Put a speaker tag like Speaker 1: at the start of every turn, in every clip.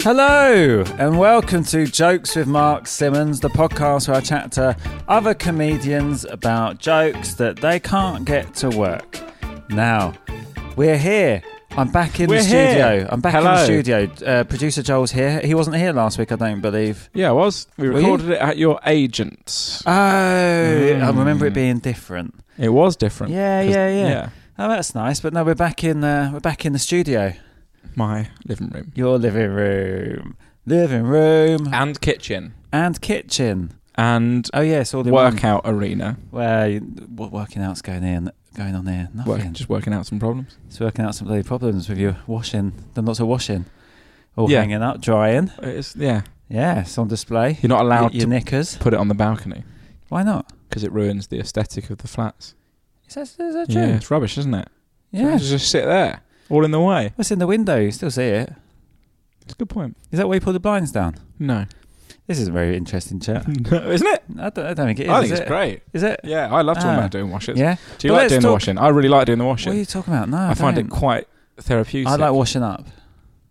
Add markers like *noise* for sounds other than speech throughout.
Speaker 1: Hello, and welcome to Jokes with Mark Simmons, the podcast where I chat to other comedians about jokes that they can't get to work. Now, we're here. I'm back in
Speaker 2: We're
Speaker 1: the
Speaker 2: here.
Speaker 1: studio. I'm back in the
Speaker 2: Hello.
Speaker 1: studio. Uh, Producer Joel's here. He wasn't here last week, I don't believe.
Speaker 2: Yeah, I was. We
Speaker 1: Were
Speaker 2: recorded it at your agent's.
Speaker 1: Oh, I
Speaker 2: Mm.
Speaker 1: remember it being different.
Speaker 2: Uh, It was different.
Speaker 1: Yeah,
Speaker 2: 'cause-
Speaker 1: yeah, yeah, Oh, that's nice. But no, we're back in. Uh, we're back in the studio.
Speaker 2: My living room
Speaker 1: Your living room, living room,
Speaker 2: and kitchen
Speaker 1: and kitchen.
Speaker 2: and
Speaker 1: Oh yeah, it's all in one.
Speaker 2: workout arena.
Speaker 1: Well, you, what working out's going in, going on there? Nothing.
Speaker 2: Work, just working out some problems.
Speaker 1: It's working out some bloody problems with your washing. The lots of washing, all
Speaker 2: Yeah.
Speaker 1: hanging up, drying.
Speaker 2: It's yeah.
Speaker 1: Yeah, it's on display.
Speaker 2: You're not allowed
Speaker 1: Y- your
Speaker 2: to
Speaker 1: knickers.
Speaker 2: put it on the balcony
Speaker 1: Why not?
Speaker 2: because it ruins the aesthetic of the flats.
Speaker 1: Is that, is that
Speaker 2: Yeah,
Speaker 1: true?
Speaker 2: it's rubbish, isn't it?
Speaker 1: Yeah.
Speaker 2: Just- just sit there, all in the way.
Speaker 1: What's in the window? You still see it.
Speaker 2: It's a good point.
Speaker 1: Is that why you pull the blinds down?
Speaker 2: No,
Speaker 1: This is a very interesting
Speaker 2: *laughs*
Speaker 1: chat.
Speaker 2: no isn't it?
Speaker 1: I don't, I don't think it is.
Speaker 2: I think
Speaker 1: is
Speaker 2: it's
Speaker 1: it?
Speaker 2: great.
Speaker 1: Is it?
Speaker 2: Yeah, I love talking
Speaker 1: Ah.
Speaker 2: about doing washes.
Speaker 1: Yeah.
Speaker 2: Do you
Speaker 1: But
Speaker 2: like
Speaker 1: let's
Speaker 2: doing the
Speaker 1: talk-
Speaker 2: washing? I really like doing the washing.
Speaker 1: What are you talking about? No,
Speaker 2: I,
Speaker 1: I,
Speaker 2: find it
Speaker 1: don't.
Speaker 2: quite therapeutic.
Speaker 1: I like washing up.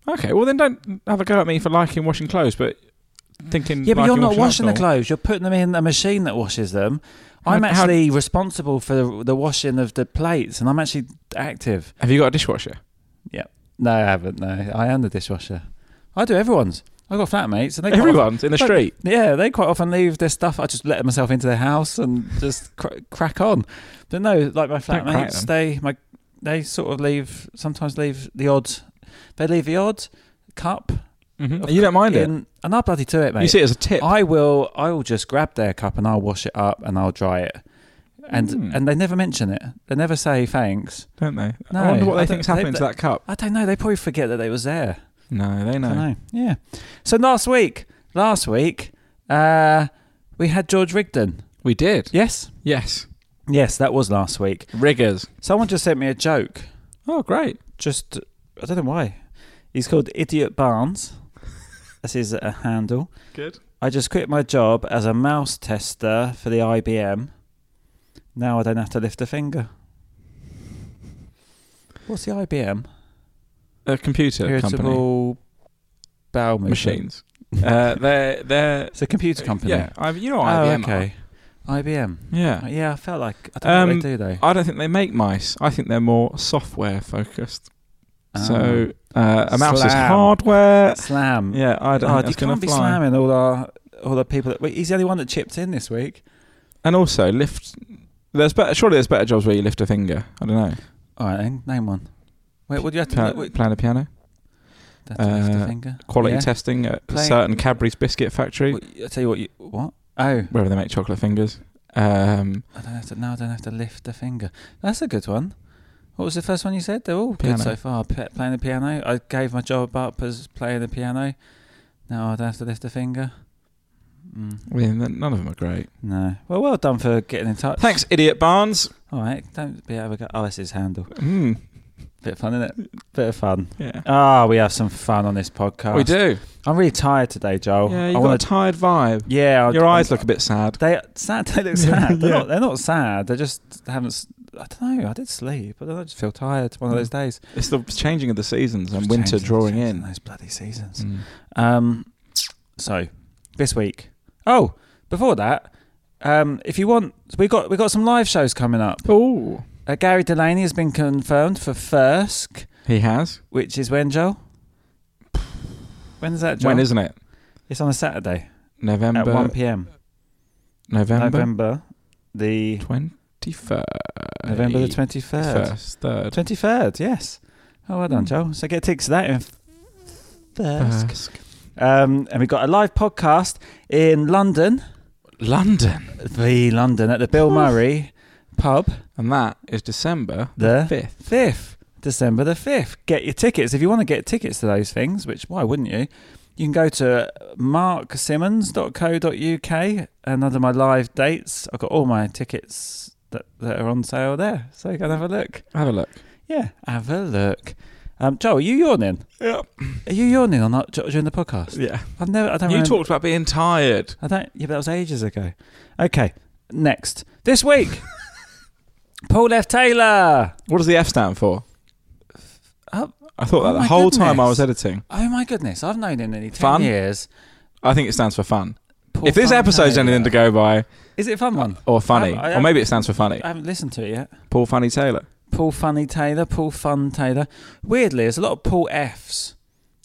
Speaker 2: Okay, well then don't have a go at me for liking washing clothes, but thinking.
Speaker 1: Yeah, but
Speaker 2: liking
Speaker 1: you're not washing
Speaker 2: washing
Speaker 1: the
Speaker 2: outdoor-
Speaker 1: clothes. You're putting them in a machine that washes them. I'm
Speaker 2: How- how-
Speaker 1: actually responsible for the, the washing of the plates, and I'm actually active.
Speaker 2: Have you got a dishwasher?
Speaker 1: No, I haven't. No, I am the dishwasher. I do everyone's. I've got flatmates, and they quite
Speaker 2: Everyone's in the
Speaker 1: But-
Speaker 2: street.
Speaker 1: often- yeah, they quite often leave their stuff. I just let myself into their house and just cr- crack on. But no, like my
Speaker 2: Don't crack
Speaker 1: flatmates,
Speaker 2: them.
Speaker 1: they my they sort of leave. Sometimes leave the odd. They leave the odd cup.
Speaker 2: Mm-hmm. You don't mind it.
Speaker 1: in, and I'll bloody do it, mate.
Speaker 2: You see it as a tip.
Speaker 1: I will. I will just grab their cup and I'll wash it up and I'll dry it. And
Speaker 2: Mm.
Speaker 1: and they never mention it. They never say thanks.
Speaker 2: don't they?
Speaker 1: No,
Speaker 2: I wonder what
Speaker 1: I
Speaker 2: they
Speaker 1: don't-
Speaker 2: think's happening
Speaker 1: they-
Speaker 2: to that cup.
Speaker 1: I don't know. They probably forget that they was there.
Speaker 2: No, they
Speaker 1: I
Speaker 2: know.
Speaker 1: don't know. Yeah. So last week, last week, uh, we had George Rigdon.
Speaker 2: We did.
Speaker 1: Yes.
Speaker 2: Yes.
Speaker 1: Yes, that was last week.
Speaker 2: Riggers.
Speaker 1: Someone just sent me a joke.
Speaker 2: Oh, great.
Speaker 1: Just I don't know why. He's called Idiot Barnes. That's his uh, handle.
Speaker 2: Good.
Speaker 1: I just quit my job as a mouse tester for the IBM. Now I don't have to lift a finger. What's the IBM?
Speaker 2: A computer company.
Speaker 1: Irritable bowel movement.
Speaker 2: Machines. uh, they're they're
Speaker 1: It's a computer company.
Speaker 2: Uh, Yeah, I, you know
Speaker 1: Oh,
Speaker 2: IBM. are.
Speaker 1: okay. IBM.
Speaker 2: Yeah.
Speaker 1: Uh, Yeah, I felt like I don't know
Speaker 2: Um,
Speaker 1: what they do though.
Speaker 2: I don't think they make mice. I think they're more software focused.
Speaker 1: Ah.
Speaker 2: So uh, a mouse is
Speaker 1: Slam.
Speaker 2: hardware.
Speaker 1: Ah. slam.
Speaker 2: Yeah, I don't
Speaker 1: Oh, you
Speaker 2: think that's going
Speaker 1: can't be
Speaker 2: to fly.
Speaker 1: slamming all our all the people. That, wait, he's the only one that chipped in this week.
Speaker 2: And also lift. There's better. Surely there's better jobs where you lift a finger. I don't know.
Speaker 1: All right, then, name one. Wait, what do you have to
Speaker 2: Pla-
Speaker 1: wait,
Speaker 2: playing a piano.
Speaker 1: that's a lift a
Speaker 2: uh,
Speaker 1: finger?
Speaker 2: Quality
Speaker 1: yeah.
Speaker 2: testing at a
Speaker 1: Playing-
Speaker 2: certain Cadbury's biscuit factory,
Speaker 1: Wait, I tell you what. You, what? Oh,
Speaker 2: wherever they make chocolate fingers. Um,
Speaker 1: I don't have to. Now I don't have to lift a finger. That's a good one. What was the first one you said? They're all
Speaker 2: Piano.
Speaker 1: good so far. P- playing the piano. I gave my job up as playing the piano. Now I don't have to lift a finger. Mm,
Speaker 2: I mean, th- none of them are great.
Speaker 1: no. Well, well done for getting in touch.
Speaker 2: Thanks, idiot Barnes.
Speaker 1: All right. Don't be able to go. Oh, that's his handle.
Speaker 2: Mm,
Speaker 1: Bit of fun, isn't it? Bit of fun.
Speaker 2: yeah,
Speaker 1: Ah, we have some fun on this podcast.
Speaker 2: we do.
Speaker 1: I'm really tired today, Joel.
Speaker 2: yeah, you've
Speaker 1: Oh, I
Speaker 2: got
Speaker 1: wanna-
Speaker 2: a tired vibe.
Speaker 1: yeah, I-
Speaker 2: Your
Speaker 1: I'm-
Speaker 2: eyes look a bit sad.
Speaker 1: They sad. *laughs* They look sad. They're,
Speaker 2: yeah.
Speaker 1: not, they're not sad. They just haven't. s- I don't know. I did sleep, but I just feel tired. One of
Speaker 2: Mm.
Speaker 1: those days.
Speaker 2: It's the changing of the seasons and
Speaker 1: Just
Speaker 2: winter
Speaker 1: changing-
Speaker 2: drawing
Speaker 1: changing
Speaker 2: in.
Speaker 1: those bloody seasons.
Speaker 2: Mm.
Speaker 1: Um, so this week. Oh, before that, um, if you want, we got we got some live shows coming up.
Speaker 2: Oh,
Speaker 1: Uh, Gary Delaney has been confirmed for Firsk,
Speaker 2: he has.
Speaker 1: which is when Joel. When's that? Joel?
Speaker 2: When isn't it?
Speaker 1: It's on a Saturday
Speaker 2: November.
Speaker 1: at one p.m.
Speaker 2: November
Speaker 1: November the
Speaker 2: twenty first.
Speaker 1: November the twenty third.
Speaker 2: First, third.
Speaker 1: Twenty third, yes. Oh, well done, Joel. So get tickets to that in Firsk.
Speaker 2: First.
Speaker 1: Um, and we've got a live podcast in London,
Speaker 2: London,
Speaker 1: the London at the Bill Murray pub,
Speaker 2: and that is December
Speaker 1: the
Speaker 2: fifth.
Speaker 1: 5th, December the 5th. Get your tickets. If you want to get tickets to those things, which why wouldn't you? You can go to marksimmons.co.uk and under my live dates, I've got all my tickets that, that are on sale there. So go and have a look.
Speaker 2: Have a look.
Speaker 1: Yeah, have a look. Um, Joel, are you yawning?
Speaker 2: Yeah.
Speaker 1: Are you yawning or not during the podcast?
Speaker 2: Yeah.
Speaker 1: I've never, I don't
Speaker 2: You
Speaker 1: remember-
Speaker 2: talked about being tired.
Speaker 1: I don't. Yeah, but that was ages ago. Okay, next this
Speaker 2: *laughs*
Speaker 1: week, Paul F. Taylor.
Speaker 2: What does the F stand for?
Speaker 1: Oh,
Speaker 2: I thought
Speaker 1: Oh
Speaker 2: that
Speaker 1: my
Speaker 2: the whole time I
Speaker 1: goodness.
Speaker 2: was editing.
Speaker 1: oh my goodness, I've known him nearly ten
Speaker 2: Fun?
Speaker 1: years.
Speaker 2: I think it stands for fun.
Speaker 1: Paul
Speaker 2: if this
Speaker 1: Fun
Speaker 2: episode's
Speaker 1: Taylor.
Speaker 2: anything to go Oh. by,
Speaker 1: is it a fun one?
Speaker 2: or funny,
Speaker 1: I- I-
Speaker 2: or maybe it stands for funny.
Speaker 1: I haven't listened to it yet.
Speaker 2: Paul Funny Taylor.
Speaker 1: Paul Funny Taylor, Paul Fun Taylor. Weirdly, there's a lot of Paul F's.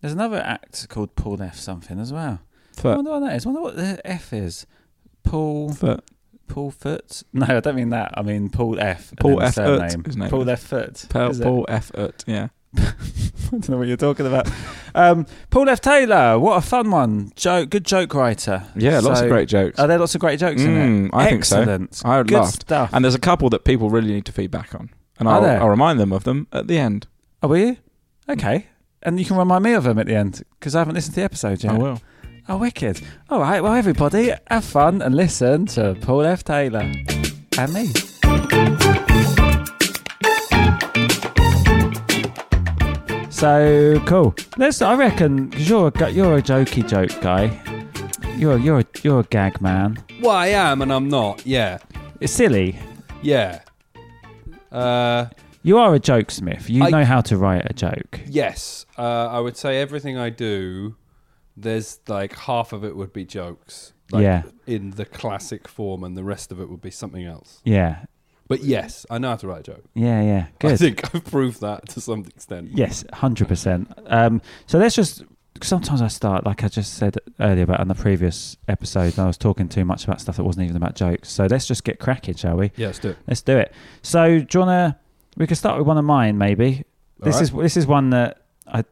Speaker 1: There's another act called Paul F something as well. I
Speaker 2: Foot.
Speaker 1: wonder what that is. I wonder what the F is. Paul
Speaker 2: Foot.
Speaker 1: Paul Foot? *laughs* No, I don't mean that. I mean Paul F. and
Speaker 2: Paul
Speaker 1: then the
Speaker 2: F. Foot,
Speaker 1: surname.
Speaker 2: isn't it?
Speaker 1: Paul F. Foot.
Speaker 2: Paul,
Speaker 1: is it?
Speaker 2: Paul F. Ut. Yeah.
Speaker 1: *laughs* I don't know what you're talking about. Um, Paul F. Taylor, what a fun one. Joke, good joke writer.
Speaker 2: Yeah, lots
Speaker 1: So-
Speaker 2: of great jokes.
Speaker 1: Are there lots of great jokes in
Speaker 2: Mm,
Speaker 1: it?
Speaker 2: I think so.
Speaker 1: Excellent.
Speaker 2: I
Speaker 1: Good
Speaker 2: laughed.
Speaker 1: stuff.
Speaker 2: And there's a couple that people really need to feedback on. And
Speaker 1: Are
Speaker 2: I'll,
Speaker 1: there?
Speaker 2: I'll remind them of them at the end.
Speaker 1: Are
Speaker 2: Mm.
Speaker 1: we? Oh, Okay. And you can remind me of them at the end because I haven't listened to the episode yet.
Speaker 2: I will.
Speaker 1: Oh, wicked. All right. Well, everybody, have fun and listen to Paul F. Taylor and me. So cool. Let's. I reckon because you're a go- you're a jokey joke guy. You're you're a, you're a gag man.
Speaker 3: Well, I am, and I'm not. Yeah,
Speaker 1: It's silly.
Speaker 3: yeah. Uh,
Speaker 1: You are a jokesmith. You
Speaker 3: I-
Speaker 1: know how to write a joke.
Speaker 3: yes, uh, I would say everything I do, there's like half of it would be jokes, like
Speaker 1: Yeah.
Speaker 3: in the classic form, and the rest of it would be something else.
Speaker 1: Yeah.
Speaker 3: But yes, I know how to write a joke. *laughs*
Speaker 1: Yeah. Yeah.
Speaker 3: I
Speaker 1: Good.
Speaker 3: think I've proved that to some extent.
Speaker 1: Yes, hundred percent. Um, so let's just. Sometimes I start like I just said earlier about on the previous episode. I was talking too much about stuff that wasn't even about jokes. So let's just get cracking, shall we?
Speaker 3: Yeah, let's do it.
Speaker 1: Let's do it. So, do you wanna? We could start with one of mine, maybe.
Speaker 3: All
Speaker 1: this
Speaker 3: right.
Speaker 1: is this is one that I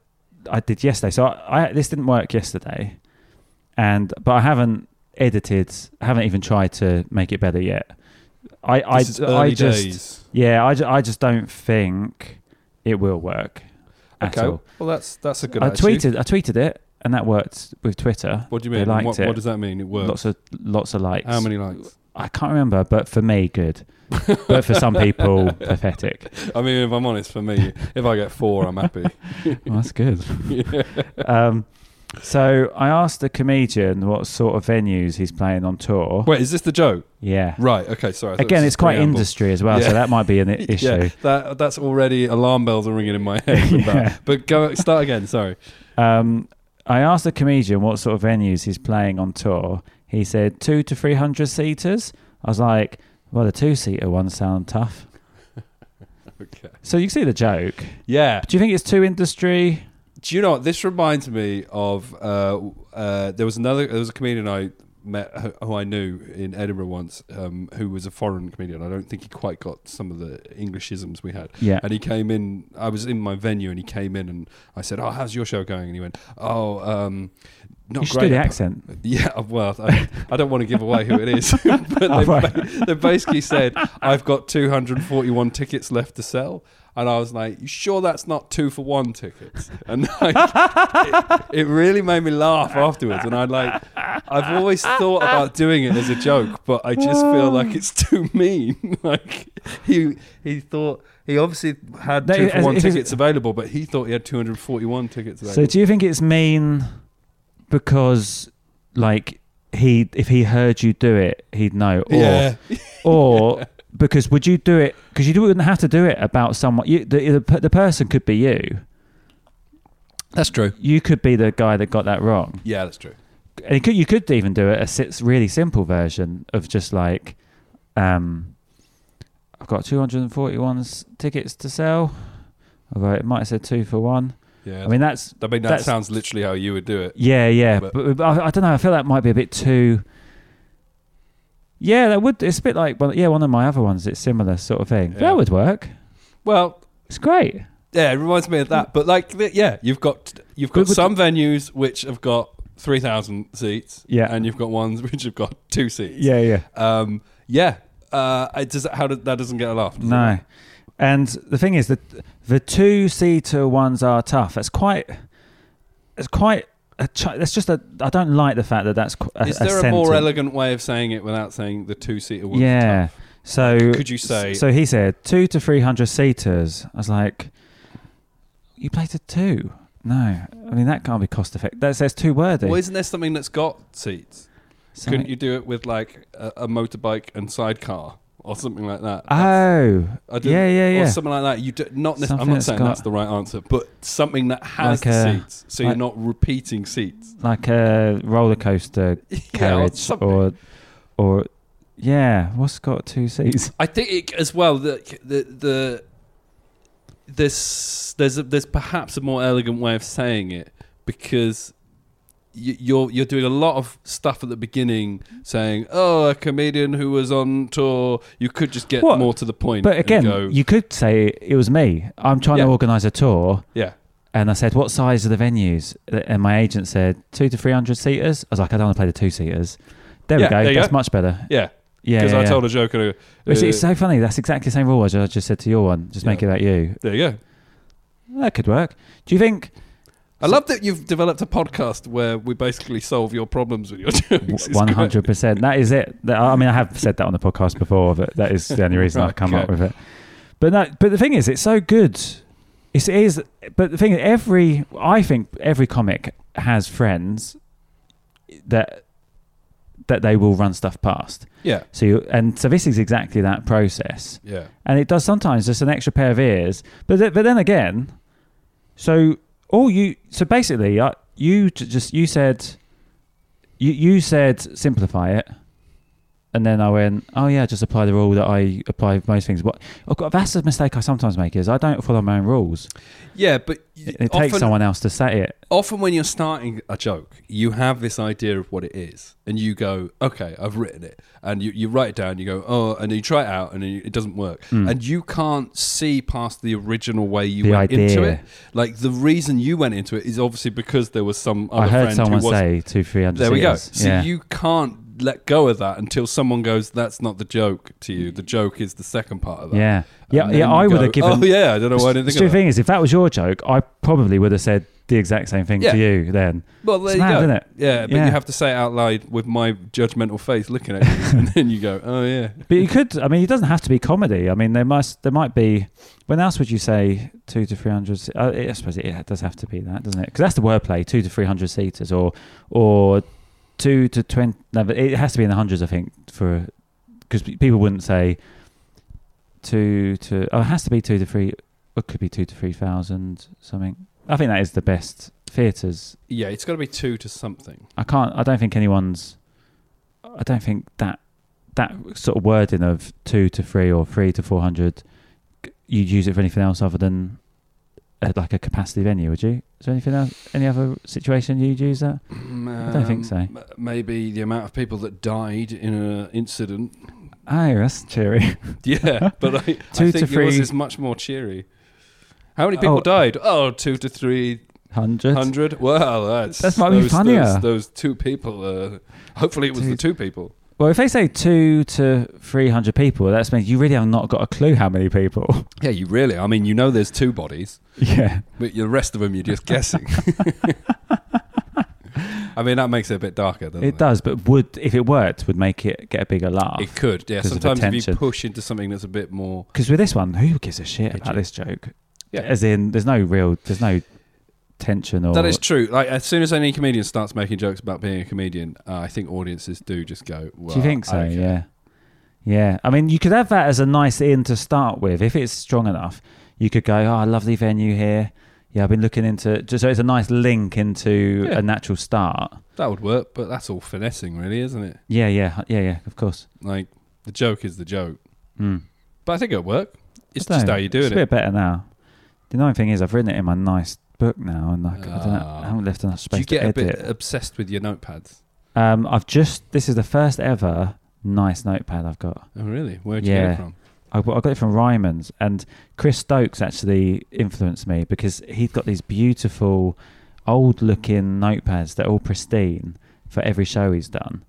Speaker 1: I did yesterday. So I, I this didn't work yesterday, and but I haven't edited. I haven't even tried to make it better yet. I I
Speaker 3: This is early
Speaker 1: I just
Speaker 3: days.
Speaker 1: yeah. I, ju- I just don't think it will work. At
Speaker 3: Okay.
Speaker 1: all.
Speaker 3: Well, that's that's a good.
Speaker 1: I
Speaker 3: attitude.
Speaker 1: tweeted. I tweeted it, and that worked with Twitter.
Speaker 3: What do you
Speaker 1: They
Speaker 3: mean?
Speaker 1: liked
Speaker 3: What,
Speaker 1: it.
Speaker 3: what does that mean? It works.
Speaker 1: Lots of lots of likes.
Speaker 3: How many likes?
Speaker 1: I can't remember, but for me, good. but for some
Speaker 3: *laughs*
Speaker 1: people, pathetic.
Speaker 3: I mean, if I'm honest, for me, if I get four, I'm happy. *laughs*
Speaker 1: Well, that's good. *laughs*
Speaker 3: yeah.
Speaker 1: Um, so I asked the comedian what sort of venues he's playing on tour.
Speaker 3: Wait, is this the joke?
Speaker 1: yeah.
Speaker 3: Right. Okay. Sorry. I thought
Speaker 1: Again,
Speaker 3: this
Speaker 1: it's quite
Speaker 3: preamble.
Speaker 1: industry as well, so
Speaker 3: Yeah.
Speaker 1: that might be
Speaker 3: *laughs*
Speaker 1: an i- issue.
Speaker 3: Yeah, that that's already alarm bells are ringing in my head.
Speaker 1: *laughs*
Speaker 3: With
Speaker 1: Yeah.
Speaker 3: that. But go start again. Sorry.
Speaker 1: Um, I asked the comedian what sort of venues he's playing on tour. He said two to three hundred seaters. I was like, well, the two seater ones sound tough.
Speaker 3: *laughs* Okay.
Speaker 1: So you see the joke.
Speaker 3: Yeah.
Speaker 1: Do you think it's too industry?
Speaker 3: Do you know what this reminds me of? Uh, uh, there was another. There was a comedian I met who- who I knew in Edinburgh once, um, who was a foreign comedian. I don't think he quite got some of the Englishisms we had.
Speaker 1: Yeah.
Speaker 3: And he came in. I was in my venue, and he came in, and I said, "Oh, how's your show going?" And he went, "Oh, um, not
Speaker 1: You should
Speaker 3: great."
Speaker 1: do the
Speaker 3: I-
Speaker 1: accent.
Speaker 3: Yeah, well, I, I don't want to give away who it is, *laughs* but they,
Speaker 1: Oh, right.
Speaker 3: ba- they basically said, I've got 241 tickets left to sell. And I was like, you sure that's not two for one tickets? And *laughs* like, it, it really made me laugh afterwards. And I'd like, I've always thought about doing it as a joke, but I just feel like it's too mean. *laughs* like, he he thought, he obviously had
Speaker 1: No,
Speaker 3: two for
Speaker 1: as-
Speaker 3: one
Speaker 1: if it's-
Speaker 3: tickets available, but he thought he had 241 tickets available.
Speaker 1: So do you think it's mean because, like, he if he heard you do it, he'd know, or
Speaker 3: yeah. *laughs*
Speaker 1: or because would you do it? Because you wouldn't have to do it about someone. You, the, the per- the person could be you.
Speaker 3: That's true.
Speaker 1: You could be the guy that got that wrong.
Speaker 3: Yeah, that's true.
Speaker 1: and you could, you could even do it a sits really simple version of just like, um, I've got 241 s- tickets to sell. Although it might have said two for one.
Speaker 3: Yeah.
Speaker 1: I mean, that's
Speaker 3: I mean, that
Speaker 1: that's-
Speaker 3: sounds literally how you would do it.
Speaker 1: yeah, yeah.
Speaker 3: But-
Speaker 1: But, but I, I don't know. I feel that might be a bit too. Yeah, that would. It's a bit like, well, yeah, one of my other ones. It's similar sort of thing.
Speaker 3: Yeah.
Speaker 1: That would work.
Speaker 3: Well,
Speaker 1: It's great.
Speaker 3: yeah, it reminds me of that. But like, th- yeah, you've got you've got
Speaker 1: But- but-
Speaker 3: some venues which have got three thousand seats,
Speaker 1: Yeah.
Speaker 3: and you've got ones *laughs* which have got two seats.
Speaker 1: Yeah, yeah.
Speaker 3: Um, yeah. Uh, it does how did, that doesn't get a laugh? does
Speaker 1: No.
Speaker 3: it?
Speaker 1: And the thing is that the two seater ones are tough. It's quite. It's quite. A ch- that's just a. I don't like the fact that that's. qu- A,
Speaker 3: Is there a,
Speaker 1: sentence.
Speaker 3: more elegant way of saying it without saying the two seater one?
Speaker 1: Yeah. So
Speaker 3: Could you say-
Speaker 1: So he said two to three hundred seaters. I was like, you played a two. No, I mean that can't be cost effective. That says too wordy.
Speaker 3: Well, isn't there something that's got seats?
Speaker 1: So-
Speaker 3: Couldn't you do it with like a, a motorbike and sidecar or something like that?
Speaker 1: Oh,
Speaker 3: I don't-
Speaker 1: yeah, yeah,
Speaker 3: Or
Speaker 1: yeah.
Speaker 3: something like that. You do, not. nec- I'm
Speaker 1: Something
Speaker 3: not
Speaker 1: that's
Speaker 3: saying
Speaker 1: got-
Speaker 3: that's the right answer, but something that has
Speaker 1: Like
Speaker 3: the
Speaker 1: a-
Speaker 3: seats, so you're
Speaker 1: like-
Speaker 3: not repeating seats. *laughs*
Speaker 1: like a roller coaster carriage
Speaker 3: something.
Speaker 1: or, or, yeah. What's got two seats?
Speaker 3: I think it, as well that the the this there's a, there's perhaps a more elegant way of saying it because y- you're you're doing a lot of stuff at the beginning saying oh a comedian who was on tour you could just get
Speaker 1: What?
Speaker 3: more to the point
Speaker 1: But
Speaker 3: and
Speaker 1: again,
Speaker 3: go,
Speaker 1: you could say it was me. I'm trying
Speaker 3: Yeah.
Speaker 1: to organise a tour,
Speaker 3: yeah
Speaker 1: and I said, "What size are the venues?" And my agent said, two to three hundred seaters." I was like, "I don't want to play the two seaters." There
Speaker 3: Yeah,
Speaker 1: we go.
Speaker 3: there you
Speaker 1: That's
Speaker 3: go.
Speaker 1: much better.
Speaker 3: yeah
Speaker 1: Yeah,
Speaker 3: because
Speaker 1: yeah,
Speaker 3: I
Speaker 1: yeah.
Speaker 3: told a joke and I go,
Speaker 1: It's,
Speaker 3: uh,
Speaker 1: it's so funny. That's exactly the same rule as I just said to your one. Just make
Speaker 3: Yeah.
Speaker 1: it about you.
Speaker 3: there you go
Speaker 1: That could work. Do you think?
Speaker 3: I love that you've developed a podcast where we basically solve your problems with your *laughs* jokes. It's
Speaker 1: One
Speaker 3: great.
Speaker 1: hundred percent. That is it. That- I mean, I have said that on the podcast before, but that is the only reason I
Speaker 3: Right,
Speaker 1: come up
Speaker 3: okay.
Speaker 1: with it. But no, but the thing is, it's so good. It's, it is. But the thing is, every I think every comic has friends that that they will run stuff past.
Speaker 3: Yeah,
Speaker 1: So you and so this is exactly that process.
Speaker 3: yeah.
Speaker 1: and it does sometimes just an extra pair of ears. But th- but then again, so all you so basically uh, you j- just you said you you said simplify it, and then I went oh yeah just apply the rule that I apply for most things. What oh God, that's a mistake I sometimes make is I don't follow my own rules.
Speaker 3: Yeah, but y-
Speaker 1: It, it
Speaker 3: often,
Speaker 1: takes someone else to say it.
Speaker 3: often when you're starting a joke, you have this idea of what it is, and you go, "Okay, I've written it," and you, you write it down. You go, "Oh," and then you try it out, and then you- it doesn't work, and you can't see past the original way you
Speaker 1: Hmm. The
Speaker 3: went into
Speaker 1: idea.
Speaker 3: it. Like the reason you went into it is obviously because there was some other
Speaker 1: I heard
Speaker 3: friend
Speaker 1: someone
Speaker 3: who was.
Speaker 1: say two three hundred.
Speaker 3: There we go.
Speaker 1: seaters.
Speaker 3: So
Speaker 1: yeah.
Speaker 3: you can't let go of that until someone goes, "That's not the joke." To you, the joke is the second part of that.
Speaker 1: yeah
Speaker 3: uh, And
Speaker 1: yeah
Speaker 3: then
Speaker 1: yeah. I
Speaker 3: you
Speaker 1: would
Speaker 3: go,
Speaker 1: have given.
Speaker 3: Oh yeah, I don't know why I
Speaker 1: The
Speaker 3: didn't think of
Speaker 1: stupid
Speaker 3: that.
Speaker 1: thing is, if that was your joke, I probably would have said the exact same thing
Speaker 3: Yeah.
Speaker 1: to you then.
Speaker 3: Well, there
Speaker 1: It's
Speaker 3: you
Speaker 1: mad,
Speaker 3: go.
Speaker 1: isn't it?
Speaker 3: Yeah, but
Speaker 1: Yeah.
Speaker 3: you have to say it out loud with my judgmental face looking at
Speaker 1: *laughs*
Speaker 3: you, and then you go, "Oh yeah."
Speaker 1: But
Speaker 3: *laughs*
Speaker 1: you could. I mean, it doesn't have to be comedy. I mean, there must. There might be. When else would you say two to three hundred? Uh, I suppose it, it does have to be that, doesn't it? Because that's the wordplay: two to three hundred seaters, or or two to twenty. No, but it has to be in the hundreds, I think, for because people wouldn't say two to. Oh, it has to be two to three. It could be two to three thousand something. I think that is the best theatres.
Speaker 3: Yeah, it's got to be two to something.
Speaker 1: I can't. I don't think anyone's. I don't think that that sort of wording of two to three or three to four hundred, you'd use it for anything else other than uh, like a capacity venue, would you? Is there anything else? Any other situation you'd use that?
Speaker 3: I
Speaker 1: don't think so.
Speaker 3: Um, Maybe the amount of people that died in an incident.
Speaker 1: Oh, that's *laughs* cheery.
Speaker 3: *laughs* Yeah, *laughs* but I, I
Speaker 1: Two
Speaker 3: think
Speaker 1: to
Speaker 3: yours
Speaker 1: three.
Speaker 3: is much more cheery. How many people
Speaker 1: Oh.
Speaker 3: died? Oh, two to three
Speaker 1: Hundred.
Speaker 3: hundred. Well, that's
Speaker 1: That might be
Speaker 3: those-
Speaker 1: funnier.
Speaker 3: Those, those two people. Uh, hopefully, it was the two people.
Speaker 1: Well, if they say two to three hundred people, that's means you really have not got a clue how many people.
Speaker 3: Yeah, you really. I mean, you know, there's two bodies.
Speaker 1: *laughs* yeah.
Speaker 3: But the rest of them, you're
Speaker 1: *laughs*
Speaker 3: just guessing. I mean, that makes it a bit darker, doesn't it?
Speaker 1: It does, but would if it worked, would make it get a bigger laugh.
Speaker 3: It could, yeah.
Speaker 1: 'Cause of
Speaker 3: Sometimes if you
Speaker 1: attention.
Speaker 3: push into something that's a bit more,
Speaker 1: Because with this one, who gives a shit
Speaker 3: Did
Speaker 1: about
Speaker 3: you?
Speaker 1: this joke?
Speaker 3: Yeah.
Speaker 1: As in, there's no real, there's no tension or.
Speaker 3: that is true. Like as soon as any comedian starts making jokes about being a comedian, uh, I think audiences do just go. Well,
Speaker 1: Do you think so?
Speaker 3: okay."
Speaker 1: Yeah. Yeah. I mean, you could have that as a nice in to start with. If it's strong enough, you could go, oh, lovely venue here. Yeah, I've been looking into just so it's a nice link into
Speaker 3: Yeah.
Speaker 1: a natural start.
Speaker 3: That would work, but that's all finessing, really, isn't it?
Speaker 1: Yeah, yeah, yeah, yeah. Of course.
Speaker 3: Like the joke is the joke.
Speaker 1: Mm.
Speaker 3: But I think it'll work. It's
Speaker 1: I don't
Speaker 3: just
Speaker 1: know.
Speaker 3: how you do
Speaker 1: It's a bit
Speaker 3: it.
Speaker 1: better now. The annoying thing is I've written it in my nice book now, and like, I, don't,
Speaker 3: Ah.
Speaker 1: I haven't left enough
Speaker 3: Do
Speaker 1: space
Speaker 3: you get
Speaker 1: to
Speaker 3: a
Speaker 1: edit.
Speaker 3: bit obsessed with your notepads?
Speaker 1: Um, I've just this is the first ever nice notepad I've got.
Speaker 3: Oh, really? Where'd you
Speaker 1: Yeah.
Speaker 3: get it from?
Speaker 1: I, I got it from Ryman's, and Chris Stokes actually influenced me because he'd got these beautiful, old-looking notepads that are all pristine for every show he's done.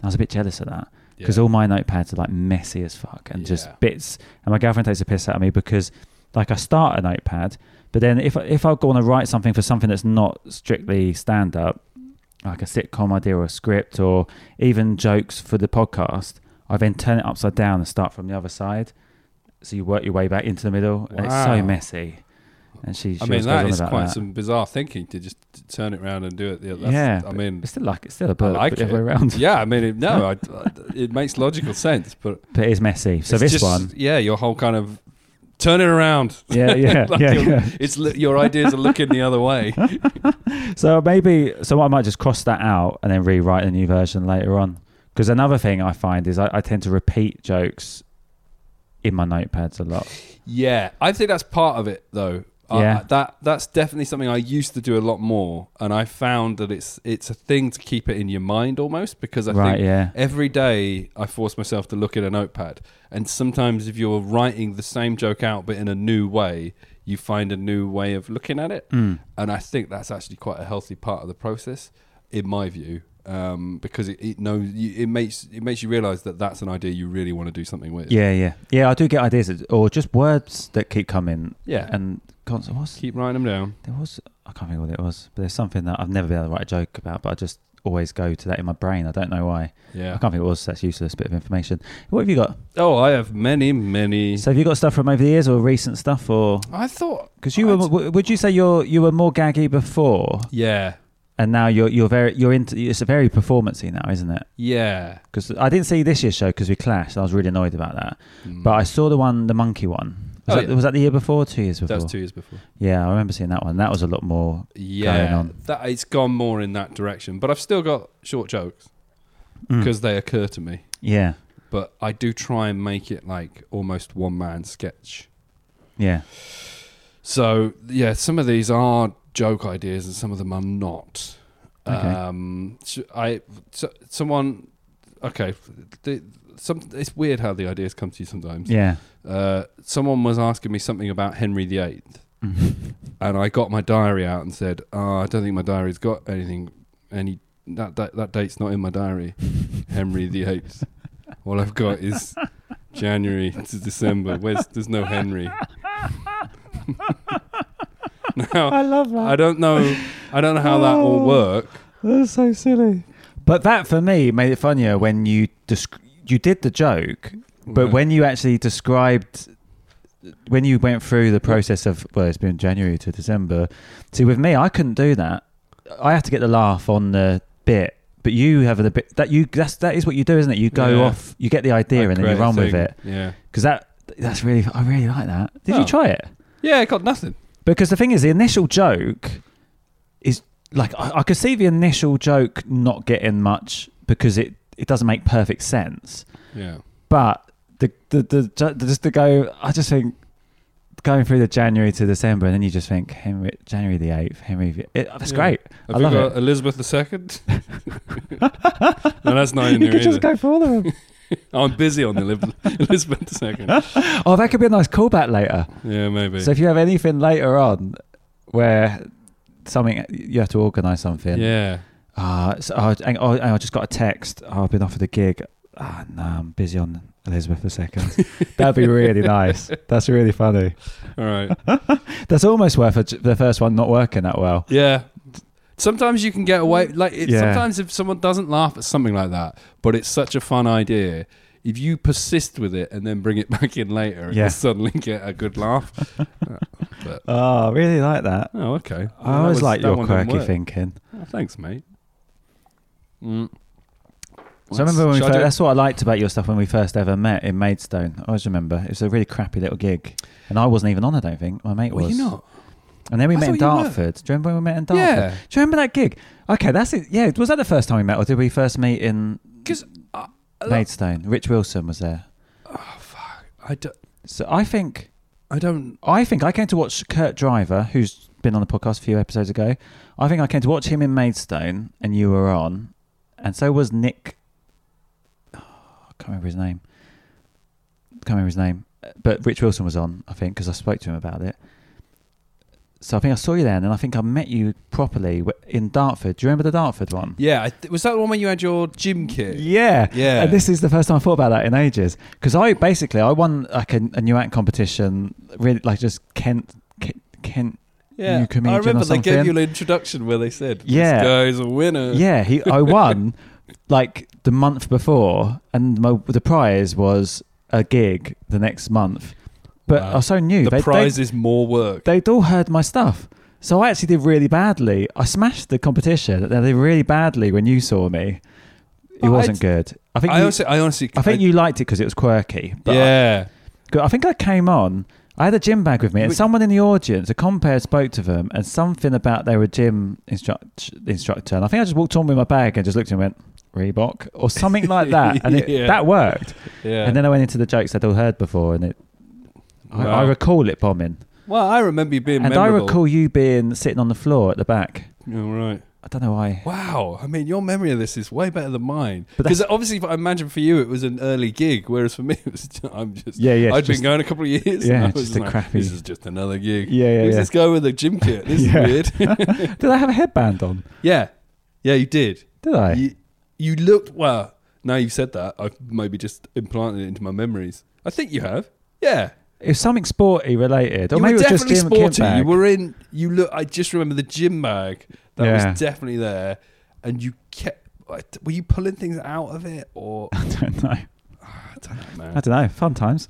Speaker 1: I was a bit jealous of that because all my notepads are like messy as fuck and
Speaker 3: Yeah.
Speaker 1: just bits. And my girlfriend takes a piss out of me because, like, I start a notepad, but then if I- if I want to write something for something that's not strictly stand up, like a sitcom idea or a script or even jokes for the podcast, I then turn it upside down and start from the other side. So you work your way back into the middle, and it's so
Speaker 3: Wow.
Speaker 1: messy. And she, she
Speaker 3: I
Speaker 1: always
Speaker 3: mean,
Speaker 1: goes
Speaker 3: that
Speaker 1: on
Speaker 3: is
Speaker 1: about
Speaker 3: quite
Speaker 1: that.
Speaker 3: some bizarre thinking to just t- turn it round and do it. The, that's,
Speaker 1: yeah.
Speaker 3: I
Speaker 1: but
Speaker 3: mean,
Speaker 1: it's still like it's still a book,
Speaker 3: like
Speaker 1: but the other
Speaker 3: it.
Speaker 1: way around.
Speaker 3: *laughs* yeah, I mean, it, no, I, I- it makes logical sense, but
Speaker 1: *laughs* But it's messy. *laughs* So
Speaker 3: it's
Speaker 1: this
Speaker 3: just- *laughs*
Speaker 1: one,
Speaker 3: yeah, your whole kind of turn it around.
Speaker 1: yeah, *laughs* yeah,
Speaker 3: *laughs* Like
Speaker 1: yeah,
Speaker 3: your,
Speaker 1: yeah.
Speaker 3: It's li- your ideas are looking the other way.
Speaker 1: So maybe so I might just cross that out and then rewrite a new version later on. Because another thing I find is I, I tend to repeat jokes in my notepads a lot.
Speaker 3: Yeah, I think that's part of it, though. I-
Speaker 1: Yeah.
Speaker 3: that that's definitely something I used to do a lot more, and I found that it's it's a thing to keep it in your mind almost because I
Speaker 1: right?
Speaker 3: think
Speaker 1: yeah.
Speaker 3: Every day, I force myself to look at a notepad, and sometimes if you're writing the same joke out but in a new way, you find a new way of looking at it.
Speaker 1: Mm.
Speaker 3: And I think that's actually quite a healthy part of the process, in my view, um, because it, it knows you, it makes it makes you realize that that's an idea you really want to do something with.
Speaker 1: Yeah, yeah, yeah. I do get ideas that- or just words that keep coming.
Speaker 3: Yeah.
Speaker 1: And constant. What's
Speaker 3: Keep writing them down.
Speaker 1: there was? I can't think what it was, but there's something that I've never been able to write a joke about, but I just always go to that in my brain. I don't know why. I
Speaker 3: Yeah.
Speaker 1: can't think what it was. That's useless bit of information. What have you got?
Speaker 3: Oh, I have many, many.
Speaker 1: So have you got stuff from over the years or recent stuff or?
Speaker 3: I thought
Speaker 1: Because you were,
Speaker 3: I'd-
Speaker 1: w- would you say you're you were more gaggy before,
Speaker 3: Yeah.
Speaker 1: and now you're you're very you're into it's a very performancey now, isn't it?
Speaker 3: Yeah.
Speaker 1: Because I didn't see this year's show because we clashed. I was really annoyed about that, but I saw the one the monkey one. Was,
Speaker 3: Mm. Oh,
Speaker 1: that,
Speaker 3: yeah.
Speaker 1: was that the year before, two years before?
Speaker 3: that was two years before.
Speaker 1: Yeah, I remember seeing that one. That was a lot more.
Speaker 3: yeah,
Speaker 1: on.
Speaker 3: That, it's gone more in that direction, but I've still got short jokes
Speaker 1: Mm.
Speaker 3: because they occur to me.
Speaker 1: Yeah,
Speaker 3: But I do try and make it like almost one man sketch.
Speaker 1: yeah,
Speaker 3: So yeah, some of these are joke ideas, and some of them are not.
Speaker 1: Okay.
Speaker 3: Um, so I so, someone okay. The, some it's weird how the ideas come to you sometimes.
Speaker 1: yeah.
Speaker 3: Uh, someone was asking me something about Henry VIII,
Speaker 1: Mhm.
Speaker 3: and I got my diary out and said, oh, I don't think my diary's got anything. Any that that, that date's not in my diary. Henry the Eighth. All I've got is January to December. Where's there's no Henry. now
Speaker 1: I love Oh. that.
Speaker 3: I don't know. I don't know how that will work.
Speaker 1: That's so silly. But that for me made it funnier when you desc- you did the joke, but
Speaker 3: Yeah.
Speaker 1: when you actually described when you went through the process of well, it's been January to December. See, with me, I couldn't do that. I have to get the laugh on the bit, but you have the bit that you that's that is what you do, isn't it? You go
Speaker 3: Yeah.
Speaker 1: off, you get the idea,
Speaker 3: I
Speaker 1: and then
Speaker 3: create
Speaker 1: you
Speaker 3: a
Speaker 1: run with
Speaker 3: thing.
Speaker 1: it
Speaker 3: Yeah.
Speaker 1: because that that's really I really like that. Did you
Speaker 3: Oh.
Speaker 1: try it?
Speaker 3: Yeah, I got nothing.
Speaker 1: Because the thing is, the initial joke is like I, I could see the initial joke not getting much because it, it doesn't make perfect sense.
Speaker 3: Yeah.
Speaker 1: But the the, the ju- just to go, I just think going through the January to December, and then you just think Henry, January the eighth, Henry. the- It, that's
Speaker 3: Yeah.
Speaker 1: great.
Speaker 3: Have
Speaker 1: I
Speaker 3: you
Speaker 1: love
Speaker 3: got
Speaker 1: it.
Speaker 3: Elizabeth II?
Speaker 1: *laughs*
Speaker 3: *laughs* no, that's not in
Speaker 1: you
Speaker 3: there
Speaker 1: could just
Speaker 3: either.
Speaker 1: go for all of
Speaker 3: *laughs*
Speaker 1: them.
Speaker 3: I'm busy on the Elib-
Speaker 1: *laughs*
Speaker 3: Elizabeth II.
Speaker 1: oh, that could be a nice callback later.
Speaker 3: Yeah, maybe.
Speaker 1: So if you have anything later on where something you have to organise something,
Speaker 3: yeah.
Speaker 1: Uh, so I, hang- oh, hang on, I just got a text. Oh, I've been offered a gig. Ah, no, I'm busy on Elizabeth
Speaker 3: *laughs*
Speaker 1: II. That'd be really nice. That's really funny.
Speaker 3: All right.
Speaker 1: That's almost worth a, the first one not working that well.
Speaker 3: Yeah. Sometimes you can get away. Like it,
Speaker 1: Yeah.
Speaker 3: sometimes if someone doesn't laugh at something like that, but it's such a fun idea. If you persist with it and then bring it *laughs* back in later,
Speaker 1: Yeah.
Speaker 3: you suddenly get a good laugh.
Speaker 1: *laughs*
Speaker 3: but
Speaker 1: Oh, I really like that.
Speaker 3: oh, okay. Well,
Speaker 1: I
Speaker 3: that
Speaker 1: always
Speaker 3: was-
Speaker 1: like
Speaker 3: that
Speaker 1: your
Speaker 3: one didn't
Speaker 1: quirky
Speaker 3: work.
Speaker 1: thinking.
Speaker 3: Oh, thanks, mate. Mm.
Speaker 1: So I remember when we
Speaker 3: Shall I
Speaker 1: first,
Speaker 3: do-
Speaker 1: that's what I liked about your stuff when we first ever met in Maidstone. I always remember it was a really crappy little gig, and I wasn't even on. I don't think my mate
Speaker 3: Were
Speaker 1: was.
Speaker 3: you not?
Speaker 1: And then we
Speaker 3: I
Speaker 1: met in
Speaker 3: thought you were.
Speaker 1: Dartford. Do you remember when we met in Dartford?
Speaker 3: Yeah.
Speaker 1: Do you remember that gig? Okay, that's it. Yeah, was that the first time we met, or did we first meet in
Speaker 3: Because I,
Speaker 1: Maidstone? Rich Wilson was there.
Speaker 3: Oh, I, do,
Speaker 1: So I think
Speaker 3: I don't.
Speaker 1: I think I came to watch Kurt Driver, who's been on the podcast a few episodes ago. I think I came to watch him in Maidstone, and you were on, and so was Nick. *sighs* Oh, I can't remember his name. Can't remember his name, but Rich Wilson was on, I think, because I spoke to him about it. So I think I saw you then, and I think I met you properly w- in Dartford. Do you remember the Dartford one?
Speaker 3: Yeah, I th- was that the one where you had your gym kit?
Speaker 1: Yeah,
Speaker 3: Yeah.
Speaker 1: And this is the first time I thought about that in ages because I basically I won like a, a new act competition, really like just Kent, Kent, Kent.
Speaker 3: Yeah,
Speaker 1: New comedian
Speaker 3: I
Speaker 1: or
Speaker 3: remember they
Speaker 1: something.
Speaker 3: gave you an introduction where they said,
Speaker 1: Yeah.
Speaker 3: "This guy's a winner."
Speaker 1: Yeah, he. I won *laughs* like the month before, and my, the prize was a gig the next month. But
Speaker 3: Wow.
Speaker 1: I was so new.
Speaker 3: the
Speaker 1: they,
Speaker 3: prize is more work.
Speaker 1: they, would all heard my stuff. So I actually did really badly. I smashed the competition. They did really badly when you saw me. It
Speaker 3: But
Speaker 1: wasn't good. I think
Speaker 3: I
Speaker 1: you,
Speaker 3: honestly, I honestly,
Speaker 1: I think you liked it because it was quirky. But I-
Speaker 3: yeah,
Speaker 1: Good. I think I came on. I had a gym bag with me, and
Speaker 3: Wait.
Speaker 1: someone in the audience, a compere, spoke to them, and something about they were a gym instruct- instructor. And I think I just walked on with my bag and just looked and went Reebok or something like that, and it,
Speaker 3: *laughs* Yeah.
Speaker 1: that worked.
Speaker 3: yeah.
Speaker 1: And then I went into the jokes I'd all heard before, and it. I,
Speaker 3: Wow.
Speaker 1: I recall it bombing,
Speaker 3: well, I remember you being
Speaker 1: and I
Speaker 3: memorable.
Speaker 1: recall you being sitting on the floor at the back.
Speaker 3: All right.
Speaker 1: I don't know why. *laughs*
Speaker 3: Wow. I mean, your memory of this is way better than mine.
Speaker 1: But
Speaker 3: Because obviously, I imagine for you it was an early gig, whereas for me *laughs* it was. I'm just.
Speaker 1: Yeah, yeah,
Speaker 3: I'd
Speaker 1: just-
Speaker 3: been going a couple of years.
Speaker 1: yeah,
Speaker 3: and *laughs* I was
Speaker 1: just a
Speaker 3: like,
Speaker 1: crappy-
Speaker 3: This is just another gig.
Speaker 1: Yeah, yeah,
Speaker 3: Who's
Speaker 1: yeah.
Speaker 3: this guy with a gym kit? This
Speaker 1: Yeah.
Speaker 3: is
Speaker 1: *laughs*
Speaker 3: weird. *laughs*
Speaker 1: Did I have a headband on?
Speaker 3: yeah, yeah. You did.
Speaker 1: Did I?
Speaker 3: You, you looked well. Now you've said that, I've maybe just implanted it into my memories. I think you have. Yeah,
Speaker 1: It was something sporty related, or
Speaker 3: you
Speaker 1: maybe
Speaker 3: were
Speaker 1: it was just
Speaker 3: definitely
Speaker 1: gym kit
Speaker 3: sporty. You
Speaker 1: bag.
Speaker 3: were in. You look. I just remember the gym bag that
Speaker 1: Yeah.
Speaker 3: was definitely there, and you kept. what- Were you pulling things out of it or?
Speaker 1: *laughs*
Speaker 3: *laughs*
Speaker 1: I don't know.
Speaker 3: I don't know,
Speaker 1: I
Speaker 3: man.
Speaker 1: don't know. Fun times.